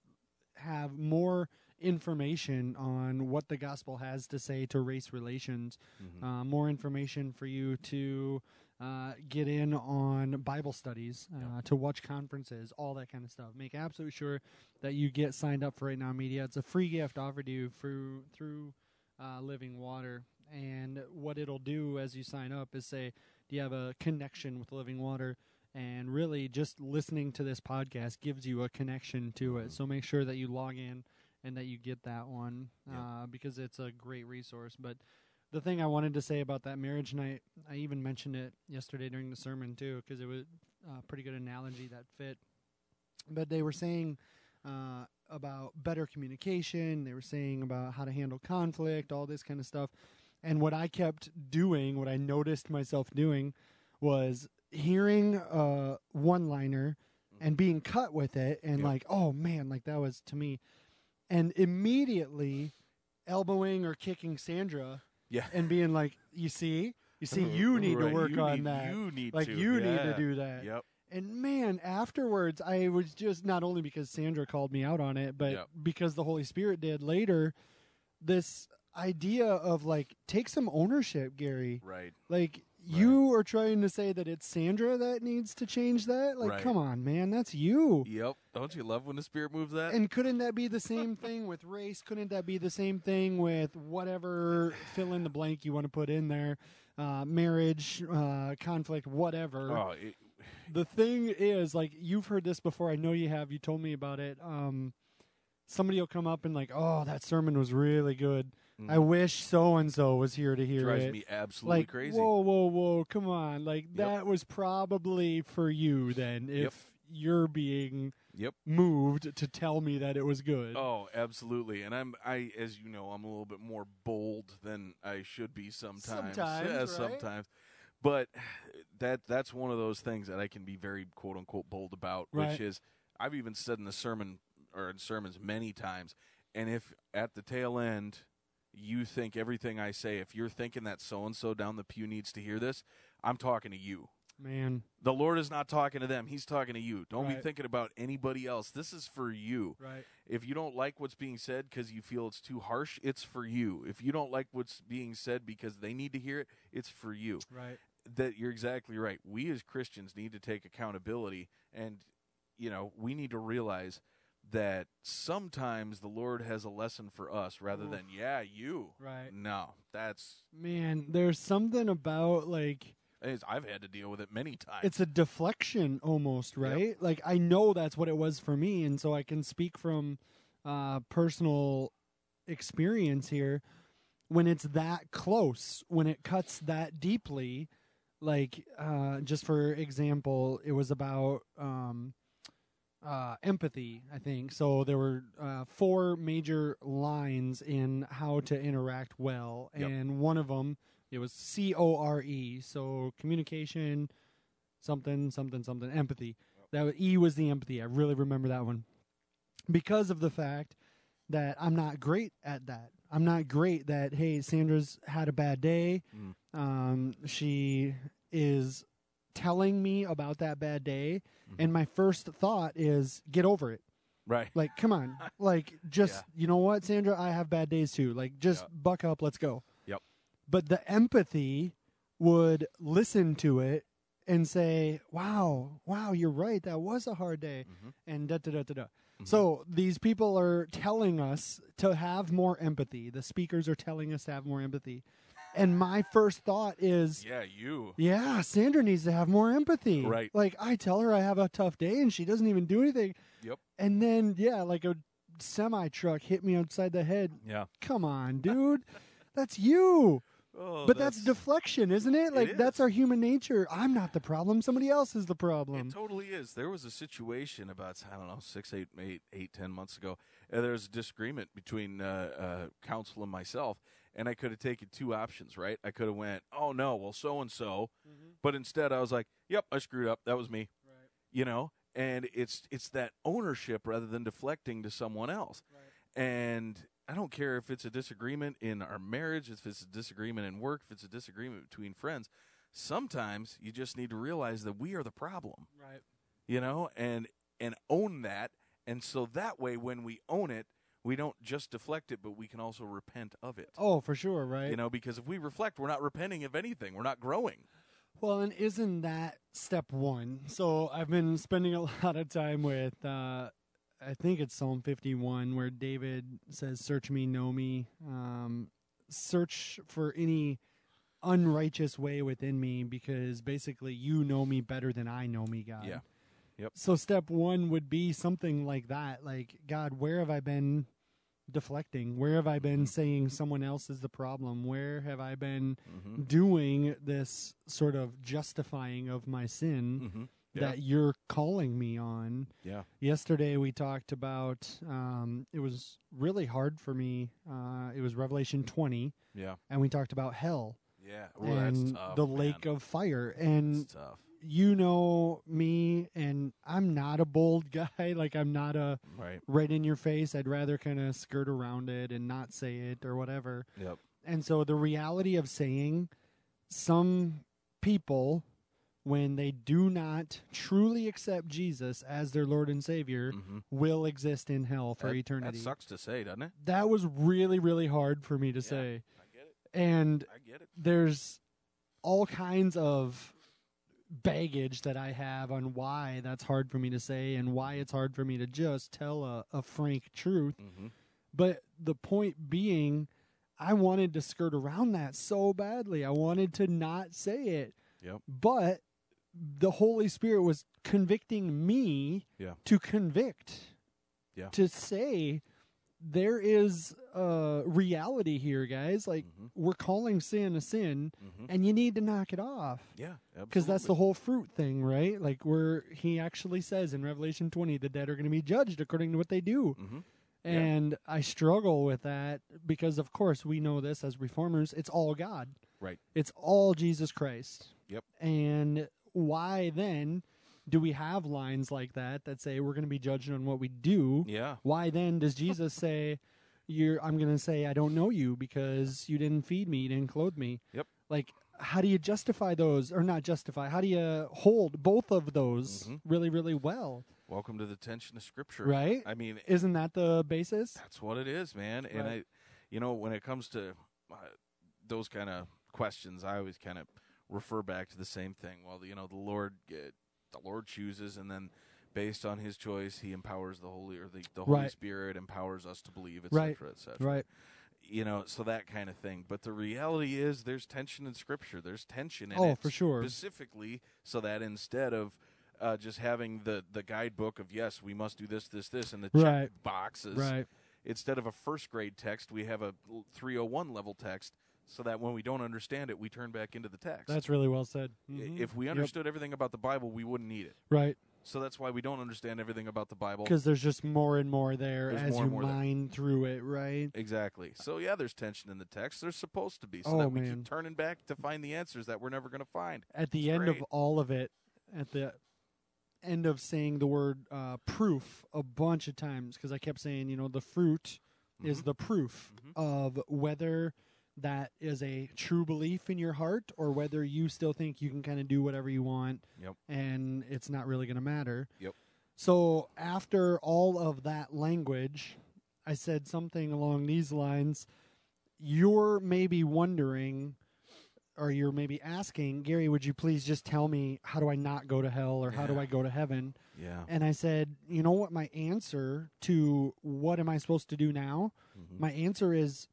have more information on what the gospel has to say to race relations Mhm. uh, more information for you to uh, get in on Bible studies, uh, Yeah. to watch conferences, all that kind of stuff. Make absolute sure that you get signed up for Right Now Media. It's a free gift offered to you through through uh, Living Water, and what it'll do as you sign up is say, do you have a connection with Living Water? And really, just listening to this podcast gives you a connection to Mhm. it. So make sure that you log in and that you get that one Yeah. uh, because it's a great resource. But the thing I wanted to say about that marriage night, I even mentioned it yesterday during the sermon too, because it was a pretty good analogy that fit. But they were saying uh, about better communication. They were saying about how to handle conflict, all this kind of stuff. And what I kept doing, what I noticed myself doing, was hearing a one-liner and being cut with it, and Yeah. like, oh man, like that was to me, and immediately elbowing or kicking Sandra yeah. and being like, "You see, you see, you need Right, to work you on need- that. You need like, to. you need to yeah. do that." Yep. And man, afterwards, I was just not only because Sandra called me out on it, but Yep. because the Holy Spirit did later. This idea of like, take some ownership, Gary. Right. Like, you are trying to say that it's Sandra that needs to change that. Like, Right. come on, man, that's you. Yep. Don't you love when the spirit moves that? And couldn't that be the same thing with race? Couldn't that be the same thing with whatever fill in the blank you want to put in there? Uh, marriage, uh, conflict, whatever. oh, it, The thing is, like, you've heard this before. I know you have. You told me about it. Um, somebody will come up and, like, oh, that sermon was really good. Mm. I wish so and so was here to hear drives it. me absolutely like, crazy. whoa, whoa, whoa, come on. Like, that was probably for you then if Yep. you're being Yep. moved to tell me that it was good. Oh, absolutely. And I'm I as you know, I'm a little bit more bold than I should be sometimes. Sometimes, Yeah, right? sometimes. But that that's one of those things that I can be very quote unquote bold about, Right. which is I've even said in the sermon or in sermons many times, and if at the tail end you think everything I say, if you're thinking that so and so down the pew needs to hear this, I'm talking to you. Man, The Lord is not talking to them, He's talking to you. Don't be Right. thinking about anybody else. This is for you right. if you don't like what's being said because you feel it's too harsh, it's for you. If you don't like what's being said because they need to hear it, it's for you. Right. That you're exactly right. We as Christians need to take accountability and you know, we need to realize that sometimes the Lord has a lesson for us rather Oof. than yeah, you. Right. No, that's Man, there's something about like it's- I've had to deal with it many times. it's a deflection almost, right? Like I know that's what it was for me, and so I can speak from uh, personal experience here. When it's that close, when it cuts that deeply, like uh, just for example, it was about um, uh, empathy. I think so. There were uh, four major lines in how to interact well, Yep. and one of them it was C O R E, so communication, something something something empathy that was, e was the empathy i really remember that one because of the fact that i'm not great at that i'm not great that hey sandra's had a bad day Mm. um, she is telling me about that bad day Mhm. and my first thought is get over it right. like come on like just you know what sandra i have bad days too like just Yeah. buck up let's go Yep. but the empathy would listen to it and say wow wow you're right that was a hard day Mhm. and da da da da da Mhm. so these people are telling us to have more empathy the speakers are telling us to have more empathy and my first thought is Yeah, you. yeah, Sandra needs to have more empathy. Right. Like I tell her I have a tough day and she doesn't even do anything. Yep. And then yeah, like a semi truck hit me outside the head. Yeah. Come on, dude. That's you. Oh, but that's, deflection, isn't it? Like is. that's our human nature. I'm not the problem. Somebody else is the problem. It totally is. There was a situation about I don't know six, eight, eight, eight, ten months ago, and there was a disagreement between uh, uh, counsel and myself, and I could have taken two options. Right, I could have went, oh no, well so and so, but instead I was like, yep, I screwed up. That was me. You know, and it's it's that ownership rather than deflecting to someone else. And I don't care if it's a disagreement in our marriage, if it's a disagreement in work, if it's a disagreement between friends. Sometimes you just need to realize that we are the problem Right. you know and and own that and so that way when we own it we don't just deflect it but we can also repent of it Oh, for sure, right? you know because if we reflect we're not repenting of anything we're not growing Well, and isn't that step one? So I've been spending a lot of time with, uh, I think it's Psalm 51, where David says, Search me, know me, um, search for any unrighteous way within me, because basically you know me better than I know me, God. Yeah. Yep. So step one would be something like that like, God, where have I been deflecting? Where have I been saying someone else is the problem? Where have I been mm-hmm. doing this sort of justifying of my sin Mm-hmm. Yeah. that you're calling me on. yeah Yesterday we talked about um, it was really hard for me. Uh, it was Revelation 20, yeah and we talked about hell yeah and the lake of fire. And it's tough you know me, and I'm not a bold guy. Like I'm not a right right in your face. I'd rather kind of skirt around it and not say it or whatever. yep And so the reality of saying some people, when they do not truly accept Jesus as their Lord and Savior, mm-hmm. will exist in hell for that eternity. sucks to say doesn't it That was really, really hard for me to Yeah. say. i get it And i get it there's all kinds of baggage that I have on why that's hard for me to say and why it's hard for me to just tell a, a frank truth. mm-hmm. But the point being, I wanted to skirt around that so badly. I wanted to not say it. Yep. But the Holy Spirit was convicting me Yeah. to convict, Yeah. to say there is a reality here, guys. Like, mm-hmm. we're calling sin a sin, Mm-hmm. and you need to knock it off. yeah Because that's the absolutely. whole fruit thing, right? Like, where he actually says in Revelation 20, the dead are going to be judged according to what they do. Mhm. Yeah. And I struggle with that because, of course, we know this as reformers. It's all God. Right. It's all Jesus Christ. Yep. And why then do we have lines like that that say we're going to be judged on what we do? Yeah. Why then does Jesus say, "You're"? I'm going to say I don't know you because you didn't feed me, you didn't clothe me. Yep. Like, how do you justify those, or not justify? How do you hold both of those Mhm. really, really well? Welcome to the tension of scripture. Right? I mean, Isn't that the basis? That's what it is, man. And I, Right. you know, when it comes to uh, those kind of questions, I always kind of refer back to the same thing. Well, you know, the Lord, uh, the Lord chooses, and then based on His choice, He empowers the Holy or the, the Holy Right. Spirit empowers us to believe, etc., Right. etc. et cetera. Right. You know, so that kind of thing. But the reality is, there's tension in Scripture. There's tension in Oh, it for sure. specifically so that instead of uh, just having the, the guidebook of yes, we must do this, this, this, and the check Right. boxes Right. instead of a first grade text, we have a l- 301 level text so that when we don't understand it, we turn back into the text. That's really well said. I- Mhm. If we Yep. understood everything about the Bible, we wouldn't need it. right. So that's why we don't understand everything about the Bible. because there's just more and more there There's as more you and more there. mine through it, right? Exactly. So yeah, there's tension in the text. There's supposed to be so Oh, that we man. keep turning back to find the answers that we're never going to find. At the It's end great. of all of it, at the end of saying the word uh, proof a bunch of times, because I kept saying, you know, the fruit is Mhm. the proof Mhm. of whether that is a true belief in your heart or whether you still think you can kind of do whatever you want Yep. and it's not really going to matter. Yep. So after all of that language, I said something along these lines. You're maybe wondering or you're maybe asking, Gary, would you please just tell me how do I not go to hell or how do Yeah. I go to heaven? Yeah. And I said, you know what my answer to what am I supposed to do now? Mhm. My answer is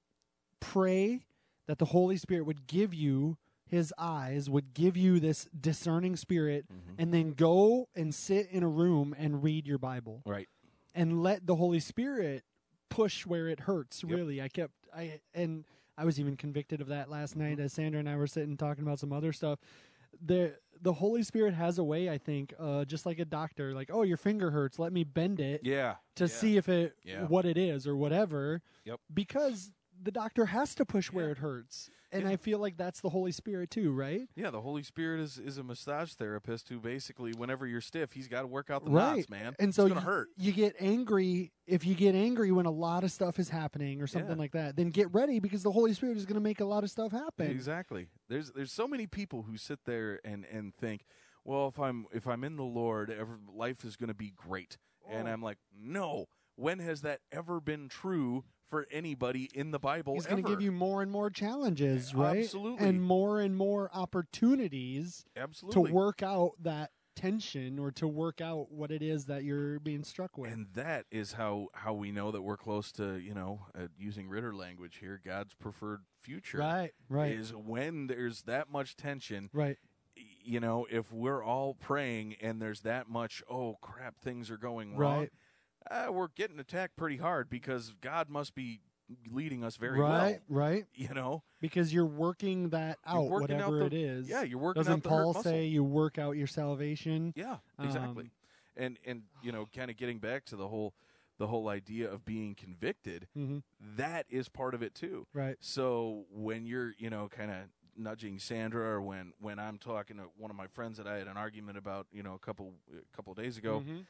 pray that the Holy Spirit would give you his eyes, would give you this discerning spirit, Mhm. and then go and sit in a room and read your Bible Right. and let the Holy Spirit push where it hurts. Yep. Really, I kept I and I was even convicted of that last night as Sandra and I were sitting talking about some other stuff. The the Holy Spirit has a way, I think, uh, just like a doctor, like oh your finger hurts, let me bend it Yeah. to yeah. see if it Yeah. what it is or whatever. Yep. Because the doctor has to push where Yeah. it hurts, and Yeah. I feel like that's the Holy Spirit too, right? Yeah, the Holy Spirit is, is a massage therapist who basically, whenever you're stiff, he's got to work out the Right. knots, man. And so it's gonna you, hurt. you get angry if you get angry when a lot of stuff is happening or something Yeah. like that. Then get ready because the Holy Spirit is going to make a lot of stuff happen. Exactly. There's there's so many people who sit there and and think, well, if I'm if I'm in the Lord, ever, life is going to be great. And Oh. I'm like, no. When has that ever been true for anybody in the Bible? He's ever? going to give you more and more challenges, right? Absolutely. And more and more opportunities absolutely to work out that tension or to work out what it is that you're being struck with. And that is how how we know that we're close to you know uh, using Ritter language here. God's preferred future Right, right, is when there's that much tension. right. y- You know, if we're all praying and there's that much, oh crap, things are going wrong. Right. uh, we're getting attacked pretty hard because God must be leading us very well. right, right. You know, Because you're working that out, working out whatever the- it is. yeah, you're working Doesn't out the hurt Paul muscle. say you work out your salvation? Yeah, exactly. Um, and and you know, kind of getting back to the whole the whole idea of being convicted. hmm That is part of it too. Right. So when you're you know kind of nudging Sandra, or when when I'm talking to one of my friends that I had an argument about, you know, a couple a couple of days ago, Mhm.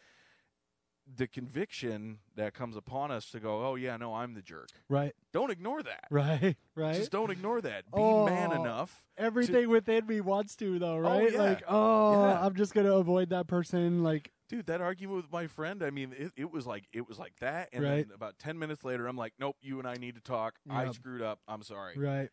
the conviction that comes upon us to go, oh yeah, no, I'm the jerk. Right. Don't ignore that. Right. Right. Just don't ignore that. Be man Oh. enough. Everything within me wants to though, right? yeah. Like, oh, Yeah. I'm just gonna avoid that person. Like, dude that argument with my friend i mean it, it was like it was like that and Right. then about 10 minutes later i'm like nope you and i need to talk i Yep. screwed up i'm sorry right?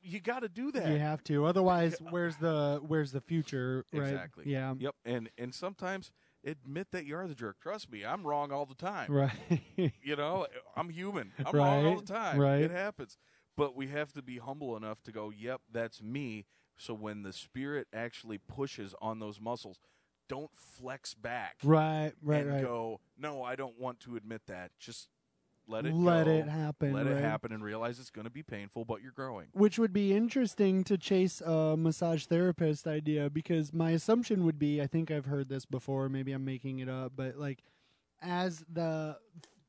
you got to do that You have to. Otherwise, where's the where's the future? Right? uh, Exactly. Yeah. yep and and sometimes admit that you are the jerk trust me i'm wrong all the time Right. you know i'm human i'm wrong all Right, the time right. it happens but we have to be humble enough to go yep that's me so when the spirit actually pushes on those muscles don't flex back right. Right. and Right. go no i don't want to admit that just let it Let go. it happen. let it right? happen and realize it's going to be painful, but you're growing. Which would be interesting to chase a massage therapist idea because my assumption would be I think I've heard this before, maybe I'm making it up, but like as the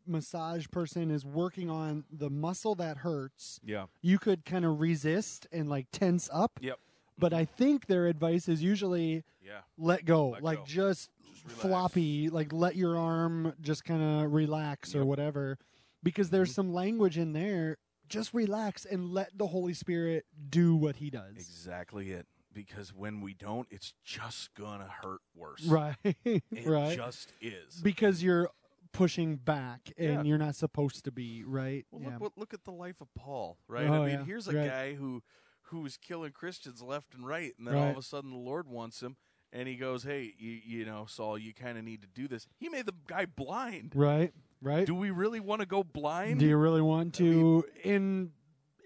massage person is working on the muscle that hurts, Yeah. you could kind of resist and like tense up. Yep. But I think their advice is usually Yeah. let go, Let like go. just Just relax. floppy, like let your arm just kind of relax or Yep. Mm-hmm. whatever, because there's some language in there. Just relax and let the Holy Spirit do what He does. Exactly it. Because when we don't, it's just gonna hurt worse. Right, It right. just is. because you're pushing back and Yeah. you're not supposed to be, right? Well, look, what- look at the life of Paul, right? Oh, I mean, yeah, here's a right. guy who who was killing Christians left and right, and then all Right. of a sudden the Lord wants him, and he goes, "Hey, you, you know, Saul, you kind of need to do this." He made the guy blind. Right, right. Do we really want to go blind? Do you really want I mean- to in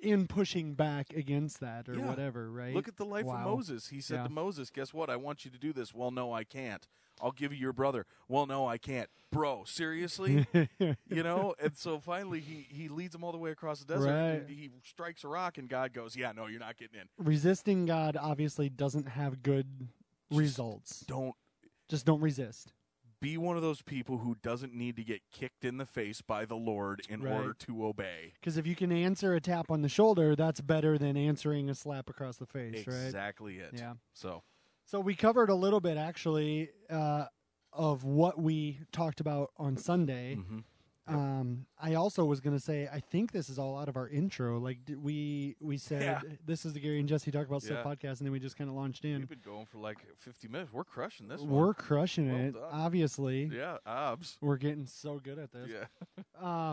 in pushing back against that or Yeah. whatever, right? Look at the life Wow. of Moses. He said Yeah. to Moses, "Guess what? I want you to do this." Well, no, I can't. I'll give you your brother. Well, no, I can't. Bro, seriously? you know? And so finally he he leads them all the way across the desert. Right. and He strikes a rock and God goes, "Yeah, no, you're not getting in. Resisting God obviously doesn't have good Just results. Don't Just don't resist. be one of those people who doesn't need to get kicked in the face by the Lord in Right. order to obey. Because if you can answer a tap on the shoulder, that's better than answering a slap across the face, right? exactly it. Yeah. So So we covered a little bit actually uh, of what we talked about on Sunday. mhm. Yep. Um, I also was gonna say I think this is all out of our intro. Like d- we we said Yeah. this is the Gary and Jesse talk about stuff Yeah. podcast, and then we just kind of launched we've in. been going for like 50 minutes. We're crushing this We're one. crushing Well it, done. obviously. Yeah, obs. We're getting so good at this. Yeah.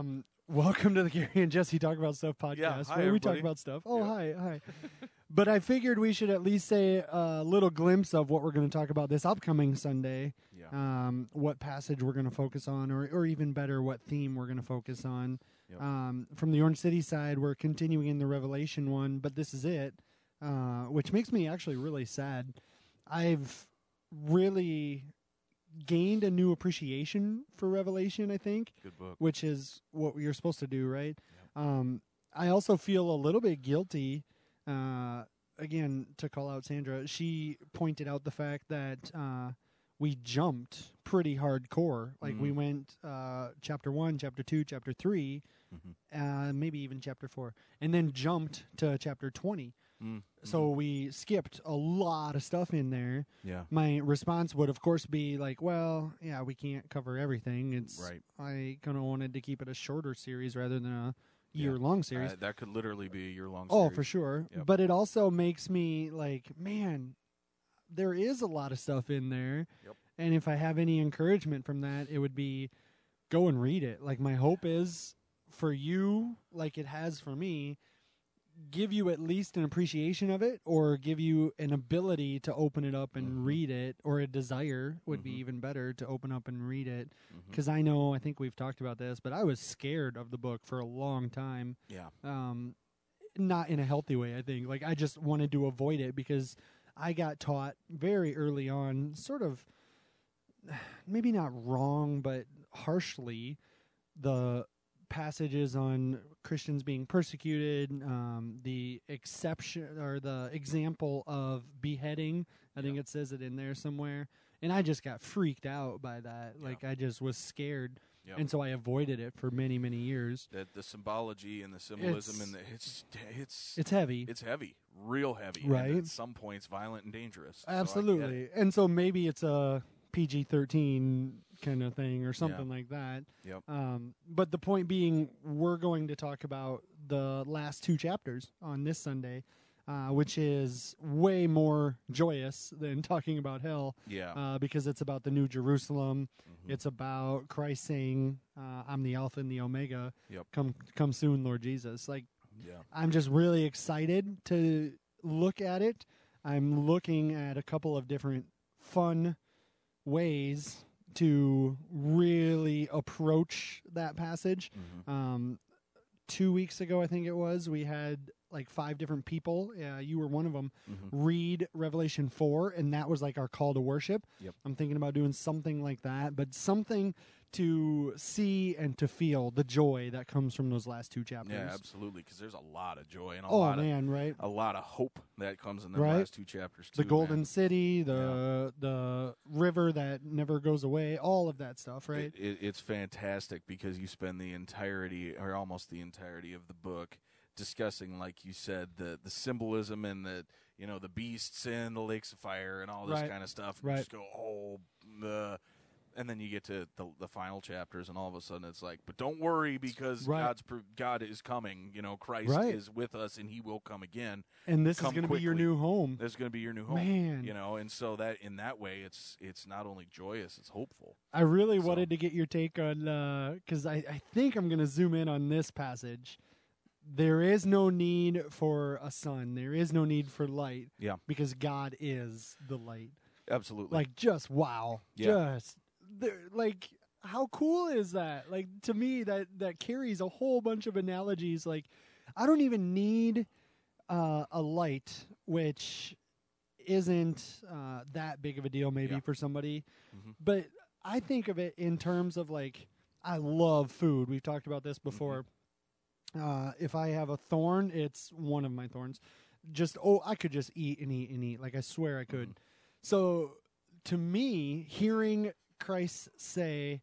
Um, welcome to the Gary and Jesse talk about stuff podcast, Yeah, hi, where we talk everybody. about stuff. Oh, Yeah. hi, hi. but I figured we should at least say a little glimpse of what we're going to talk about this upcoming Sunday. Yeah. um, what passage we're going to focus on, or, or even better, what theme we're going to focus on. Yep. Um, from the Orange City side, we're continuing in the Revelation one, but this is it, uh, which makes me actually really sad. I've really gained a new appreciation for Revelation, I think, Good book. which is what you're supposed to do, right? Um, I also feel a little bit guilty. Uh, again, to call out Sandra, she pointed out the fact that uh, we jumped pretty hardcore. Like we Mhm. went uh, chapter one, chapter two, chapter 3 Mhm. uh, maybe even chapter four, and then jumped to chapter 20. Mm, So we skipped a lot of stuff in there. Yeah. My response would, of course, be like, "Well, yeah, we can't cover everything. It's Right. Uh, I kind of wanted to keep it a shorter series rather than a Yeah. year long Uh, series. that could literally be a year long oh, for sure. Yep. But it also makes me like, man, there is a lot of stuff in there. Yep. And if I have any encouragement from that, it would be go and read it. Like my hope is for you, like it has for me, give you at least an appreciation of it or give you an ability to open it up and Mhm. read it or a desire would be Mhm. even better to open up and read it Mhm. because I know I think we've talked about this, but I was scared of the book for a long time. Yeah. Um, not in a healthy way, I think. Like I just wanted to avoid it because I got taught very early on, sort of maybe not wrong, but harshly, the passages on Christians being persecuted, um, the exception or the example of beheading. I think it says it in there somewhere. And I just got freaked out by that. Yeah. Like I just was scared. Yeah. And so I avoided it for many, many years. That the symbology and the symbolism and the it's it's It's heavy. it's heavy, real heavy, and Right. at some points violent and dangerous. So I get it. Absolutely. and so maybe it's a PG 13 kind of thing or something like that. Yep. Um, but the point being, we're going to talk about the last two chapters on this Sunday, uh, which is way more joyous than talking about hell Yeah. uh, because it's about the New Jerusalem. Mhm. It's about Christ saying, uh, "I'm the Alpha and the Omega. Yep. Come, come soon, Lord Jesus." Like yeah. I'm just really excited to look at it. I'm looking at a couple of different fun ways to really approach that passage. Mhm. Um, two weeks ago, I think it was, we had like five different people. Uh, you were one of them. Mhm. Read Revelation four, and that was like our call to worship. Yep. I'm thinking about doing something like that, but something to see and to feel the joy that comes from those last two chapters. Yeah, absolutely. Because there's a lot of joy and a oh lot of man, right? a lot of hope that comes in the Right? last two chapters. Too, the golden man. city, the the river that never goes away, all of that stuff, right? It, it, it's fantastic because you spend the entirety or almost the entirety of the book discussing, like you said, the the symbolism and the you know the beasts and the lakes of fire and all this Right. kind of stuff. Right. You just go oh. Uh, and then you get to the, the final chapters, and all of a sudden it's like, but don't worry because Right. God's pro- God is coming. You know, Christ Right. is with us, and He will come again. and this is come going to be your quickly. new home. That's going to be your new home. Man. you know, and so that in that way, it's it's not only joyous, it's hopeful. I really So- wanted to get your take on because I, I think I'm going to zoom in on this passage. There is no need for a sun. There is no need for light. Yeah. because God is the light. Absolutely, Like just wow. Yeah. Just there- like how cool is that? Like to me that that carries a whole bunch of analogies like I don't even need uh, a light which isn't uh, that big of a deal maybe Yeah. for somebody. Mhm. But I think of it in terms of like I love food. We've talked about Mm-hmm. this before. Uh, if I have a thorn, it's one of my thorns. Just oh, I could just eat and eat and eat. Like I swear I could. Mm-hmm. So to me, hearing Christ say,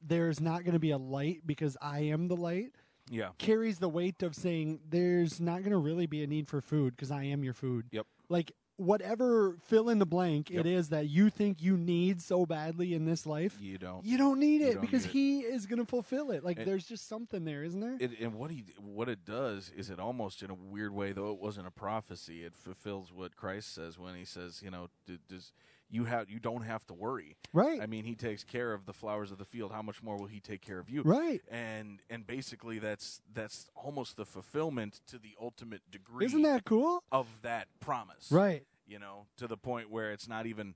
"There's not going to be a light because I am the light," yeah. carries the weight of saying, "There's not going to really be a need for food because I am your food." Yep. Like whatever fill in the blank Yep. it is that you think you need so badly in this life, You don't. you don't need You it don't because need it. He is going to fulfill it. Like And- there's just something there, isn't there? It, and what he what it does is it almost in a weird way, though it wasn't a prophecy, it fulfills what Christ says when he says, you know, d- does you have you don't have to worry. right. I mean, he takes care of the flowers of the field. How much more will he take care of you? right. And and basically, that's that's almost the fulfillment to the ultimate degree. Isn't that cool? of that promise? Right. you know to the point where it's not even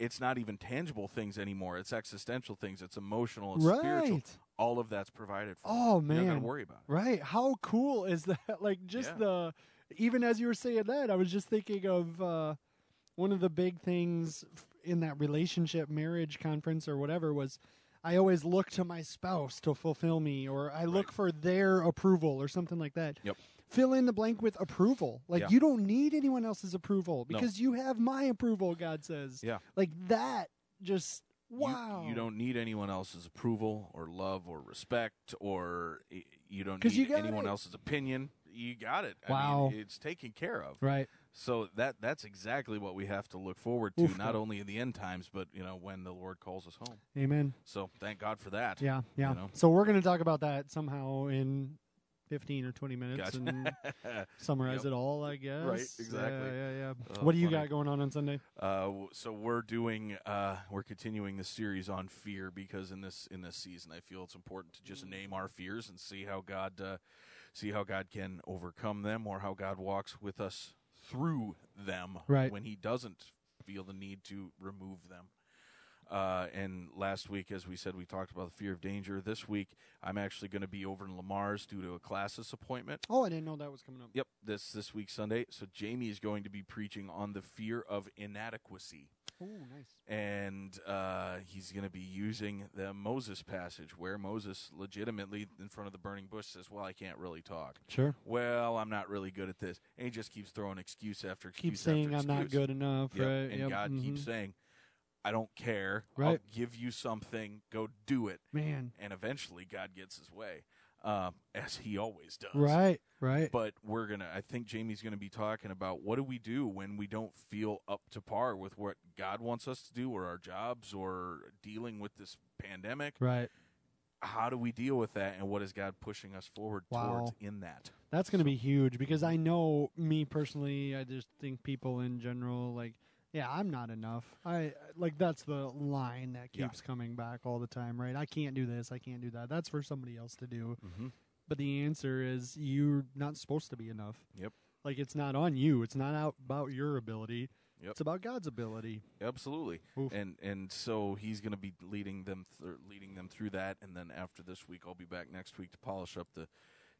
it's not even tangible things anymore it's existential things it's emotional it's spiritual Right. all of that's provided for Oh you you're not man. gonna worry about it Right. How cool is that? Like just Yeah. the even as you were saying that, I was just thinking of uh, one of the big things f- in that relationship marriage conference or whatever was I always look to my spouse to fulfill me or I look Right. for their approval or something like that. Yep. Fill in the blank with approval. Like Yeah. you don't need anyone else's approval No. because you have my approval, God says. Yeah. Like that just You- wow. you, don't need anyone else's approval or love or respect or y- you don't 'Cause need you got anyone it. else's opinion you got it I Wow. mean, it's taken care of Right. so that that's exactly what we have to look forward to Oof. not only in the end times but you know when the lord calls us home Amen. so thank god for that Yeah, yeah. you know? So we're going to talk about that somehow in 15 or 20 minutes Gotcha. and summarize Yep. it all, I guess. exactly. Yeah, yeah, yeah. Oh, what do you funny. got going on on Sunday? Uh, w- so we're doing uh, we're continuing the series on fear because in this in this season I feel it's important to just name our fears and see how God uh, see how God can overcome them or how God walks with us through them Right. when He doesn't feel the need to remove them. Uh, and last week, as we said, we talked about the fear of danger. This week, I'm actually going to be over in Lamar's due to a classes appointment. Oh, I didn't know that was coming up. Yep, this this week Sunday. So Jamie is going to be preaching on the fear of inadequacy Oh, nice. and uh, he's going to be using the Moses passage where Moses legitimately in front of the burning bush says, "Well, I can't really talk. Sure. Well, I'm not really good at this." And he just keeps throwing excuse after excuse. Keep saying after I'm not excuse. good enough, Yep, right? And Yep, God keeps mhm. saying, "I don't care. I'll Right. give you something. Go do it." Man. And eventually, God gets his way, um, as he always does. Right, right. But we're gonna. I think Jamie's gonna be talking about what do we do when we don't feel up to par with what God wants us to do, or our jobs, or dealing with this pandemic. right. How do we deal with that, and what is God pushing us forward towards Wow. in that? That's going to be huge because Mm-hmm. I know me personally, I just think people in general like yeah, I'm not enough. I like that's the line that Yeah. keeps coming back all the time, right? I can't do this, I can't do that. That's for somebody else to do. Mm-hmm. But the answer is you're not supposed to be enough. Yep. Like it's not on you. It's not out about your ability. Yep. It's about God's ability. Absolutely. Oof. And and so he's gonna be leading them th- leading them through that, and then after this week, I'll be back next week to polish up the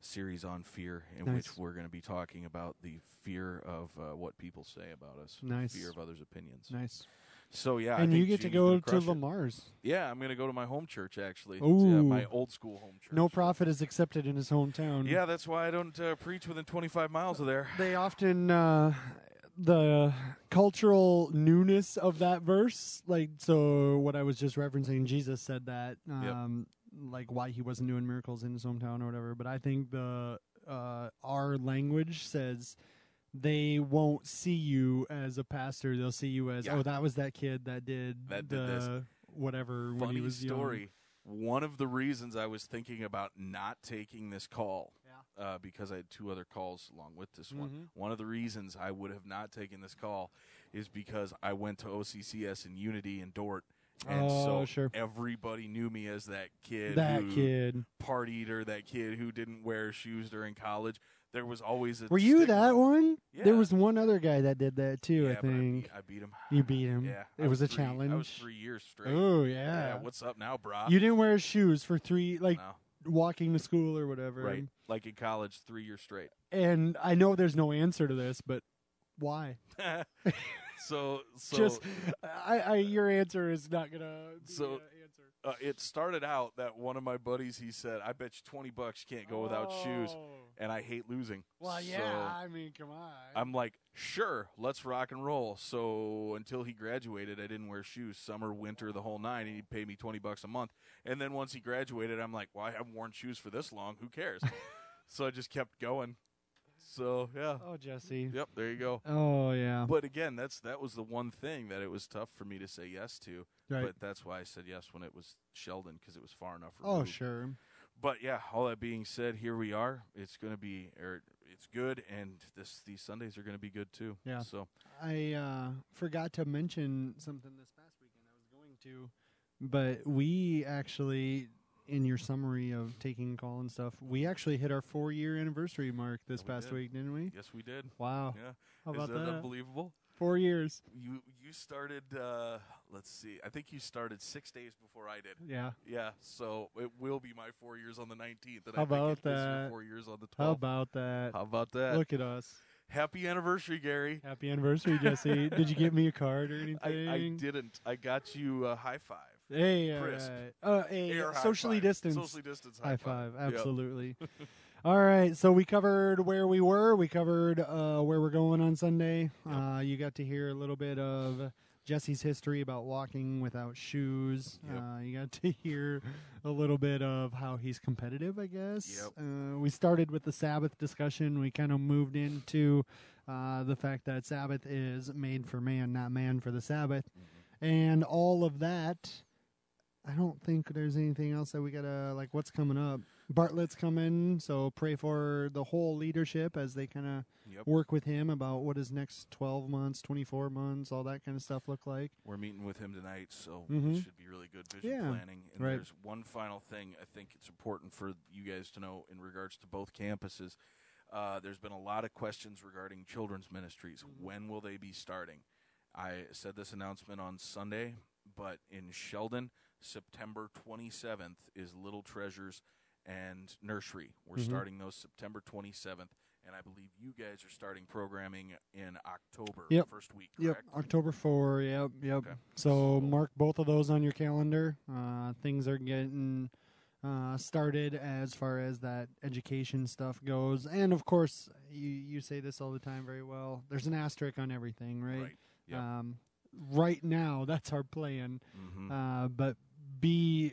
series on fear, in Nice. which we're going to be talking about the fear of uh, what people say about us, Nice. fear of others' opinions. Nice. So yeah, I and you think get Jeannie's to go gonna to crush it. Lamar's. Yeah, I'm going to go to my home church actually. It's, uh, Ooh. my old school home church. No prophet is accepted in his hometown. Yeah, that's why I don't uh, preach within 25 miles of there. They often uh, the cultural newness of that verse, like so. What I was just referencing, Jesus said that, um, like why he wasn't doing miracles in his hometown or whatever. But I think the uh, our language says they won't see you as a pastor. They'll see you as Yeah. oh, that was that kid that did That the did this." whatever when Funny he was story. Young. One of the reasons I was thinking about not taking this call, uh, because I had two other calls along with this one. Mhm. One of the reasons I would have not taken this call is because I went to OCCS in Unity and Dort, and so Oh, sure. everybody knew me as that kid, That who, kid. part eater, that kid who didn't wear shoes during college. There was always a. Were you stigma. that one? Yeah. There was one other guy that did that too. Yeah, I but I think. beat, I beat him. You beat him. Yeah, I It was a three- I was challenge. three years straight. Oh yeah. yeah. what's up now, brah? you didn't wear shoes for three, like No. walking to school or whatever. right, like in college, three years straight. And I know there's no answer to this, but why? so, so Just, I, I, your answer is not gonna. Be So- an answer. uh, it started out that one of my buddies he said, "I bet you twenty bucks you can't go without shoes," Oh. and I hate losing. Well, yeah. So I mean, come on. I'm like, sure, let's rock and roll. So until he graduated, I didn't wear shoes, summer, winter, the whole nine, and he'd pay me twenty bucks a month. And then once he graduated, I'm like, well, I haven't worn shoes for this long. Who cares? so I just kept going. So yeah, oh, Jesse. yep, there you go. Oh yeah. But again, that's that was the one thing that it was tough for me to say yes to. Right. But that's why I said yes when it was Sheldon because it was far enough. Removed. oh sure. But yeah, all that being said, here we are. It's going to be, er, it's good, and this these Sundays are going to be good too. Yeah. So I uh, forgot to mention something this past weekend. I was going to, but we actually, in your summary of taking call and stuff, we actually hit our four year anniversary mark this Yeah, we past did. week, didn't we? yes, we did. Wow. Yeah. Oh, How Is about that, that? unbelievable? Four years. You you started. Uh, let's see. I think you started six days before I did. Yeah. Yeah. So it will be my four years on the nineteenth, and How I think about it is your that? four years on the How twelfth. about that? How about that? Look at us. Happy anniversary, Gary. Happy anniversary, Jesse. Did you get me a card or I, anything? I didn't. I got you a high five. Hey, all Crisp. right. Uh, hey, Air high socially five. distanced. Socially distanced high, High five, Yep. absolutely. All right, so we covered where we were. We covered uh, where we're going on Sunday. Yep. Uh, you got to hear a little bit of Jesse's history about walking without shoes. Yep. Uh, you got to hear a little bit of how he's competitive, I guess. Yep. Uh, we started with the Sabbath discussion. We kind of moved into uh, the fact that Sabbath is made for man, not man for the Sabbath, Mm-hmm. and all of that. I don't think there's anything else that we gotta like. What's coming up? Bartlett's coming, so pray for the whole leadership as they kind of Yep. work with him about what his next 12 months, 24 months, all that kind of stuff look like. We're meeting with him tonight, so it Mhm. should be really good vision Yeah, planning. And right. there's one final thing I think it's important for you guys to know in regards to both campuses. Uh, there's been a lot of questions regarding children's ministries. Mhm. When will they be starting? I said this announcement on Sunday, but in Sheldon, September 27th is Little Treasures and Nursery. We're Mhm. starting those September 27th, and I believe you guys are starting programming in October, Yep. first week, Yep, correct? October 4. Yep, yep. Okay. So Cool. mark both of those on your calendar. Uh, things are getting uh, started as far as that education stuff goes. And of course, you, you say this all the time very well. There's an asterisk on everything, right? Right. Yep. Um, right now, that's our plan. Mm-hmm. uh, but be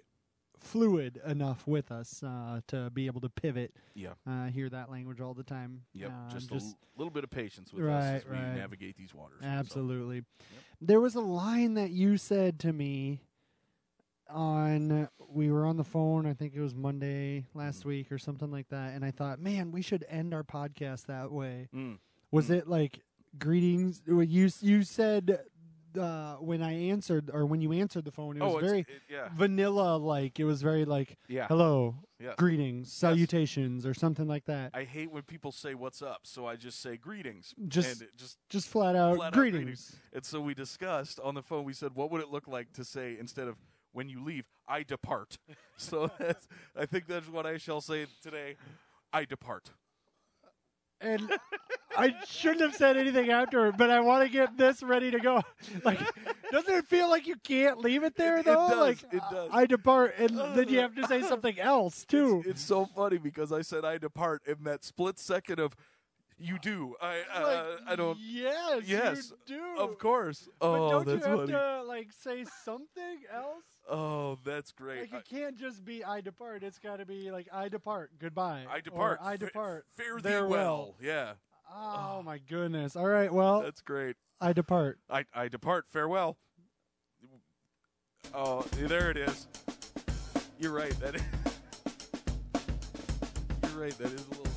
fluid enough with us uh, to be able to pivot. Yeah. uh, hear that language all the time. Yep, Uh, just, a l- little bit of patience with Right, us as we right. navigate these waters. So, absolutely. There was a line that you said to me on we were on the phone i think it was monday last Mhm. week or something like that and i thought man we should end our podcast that way mm, was Mm. it like greetings well, you you said uh when i answered or when you answered the phone it oh, was it's- very it- yeah, vanilla like it was very like yeah. hello, Yeah. greetings, salutations, or something like that. I hate when people say "What's up," so I just say "Greetings." Just- and it just Just flat out Flat out greetings. and so we discussed on the phone. We said, "What would it look like to say instead of when you leave, I depart?" so that's, I think that's what I shall say today. I depart. and I shouldn't have said anything after, but I want to get this ready to go. Like, doesn't it feel like you can't leave it there It- it though? does, like, it does. Uh, I depart, and then you have to say something else too. It's, it's so funny because I said I depart in that split second of you do. I uh, Like, I don't. Yes, yes, you do. Of course. But Oh, don't that's you have funny. to like say something else? Oh, that's great. Like, it can't just be "I depart." It's got to be like "I depart." Goodbye. I, I or, depart. I Fa- depart. Fare thee well. Farewell. Yeah, Oh my goodness! All right. Well, that's great. I depart. I I depart. Farewell. Oh, there it is. You're right. That is. You're right. That is a little.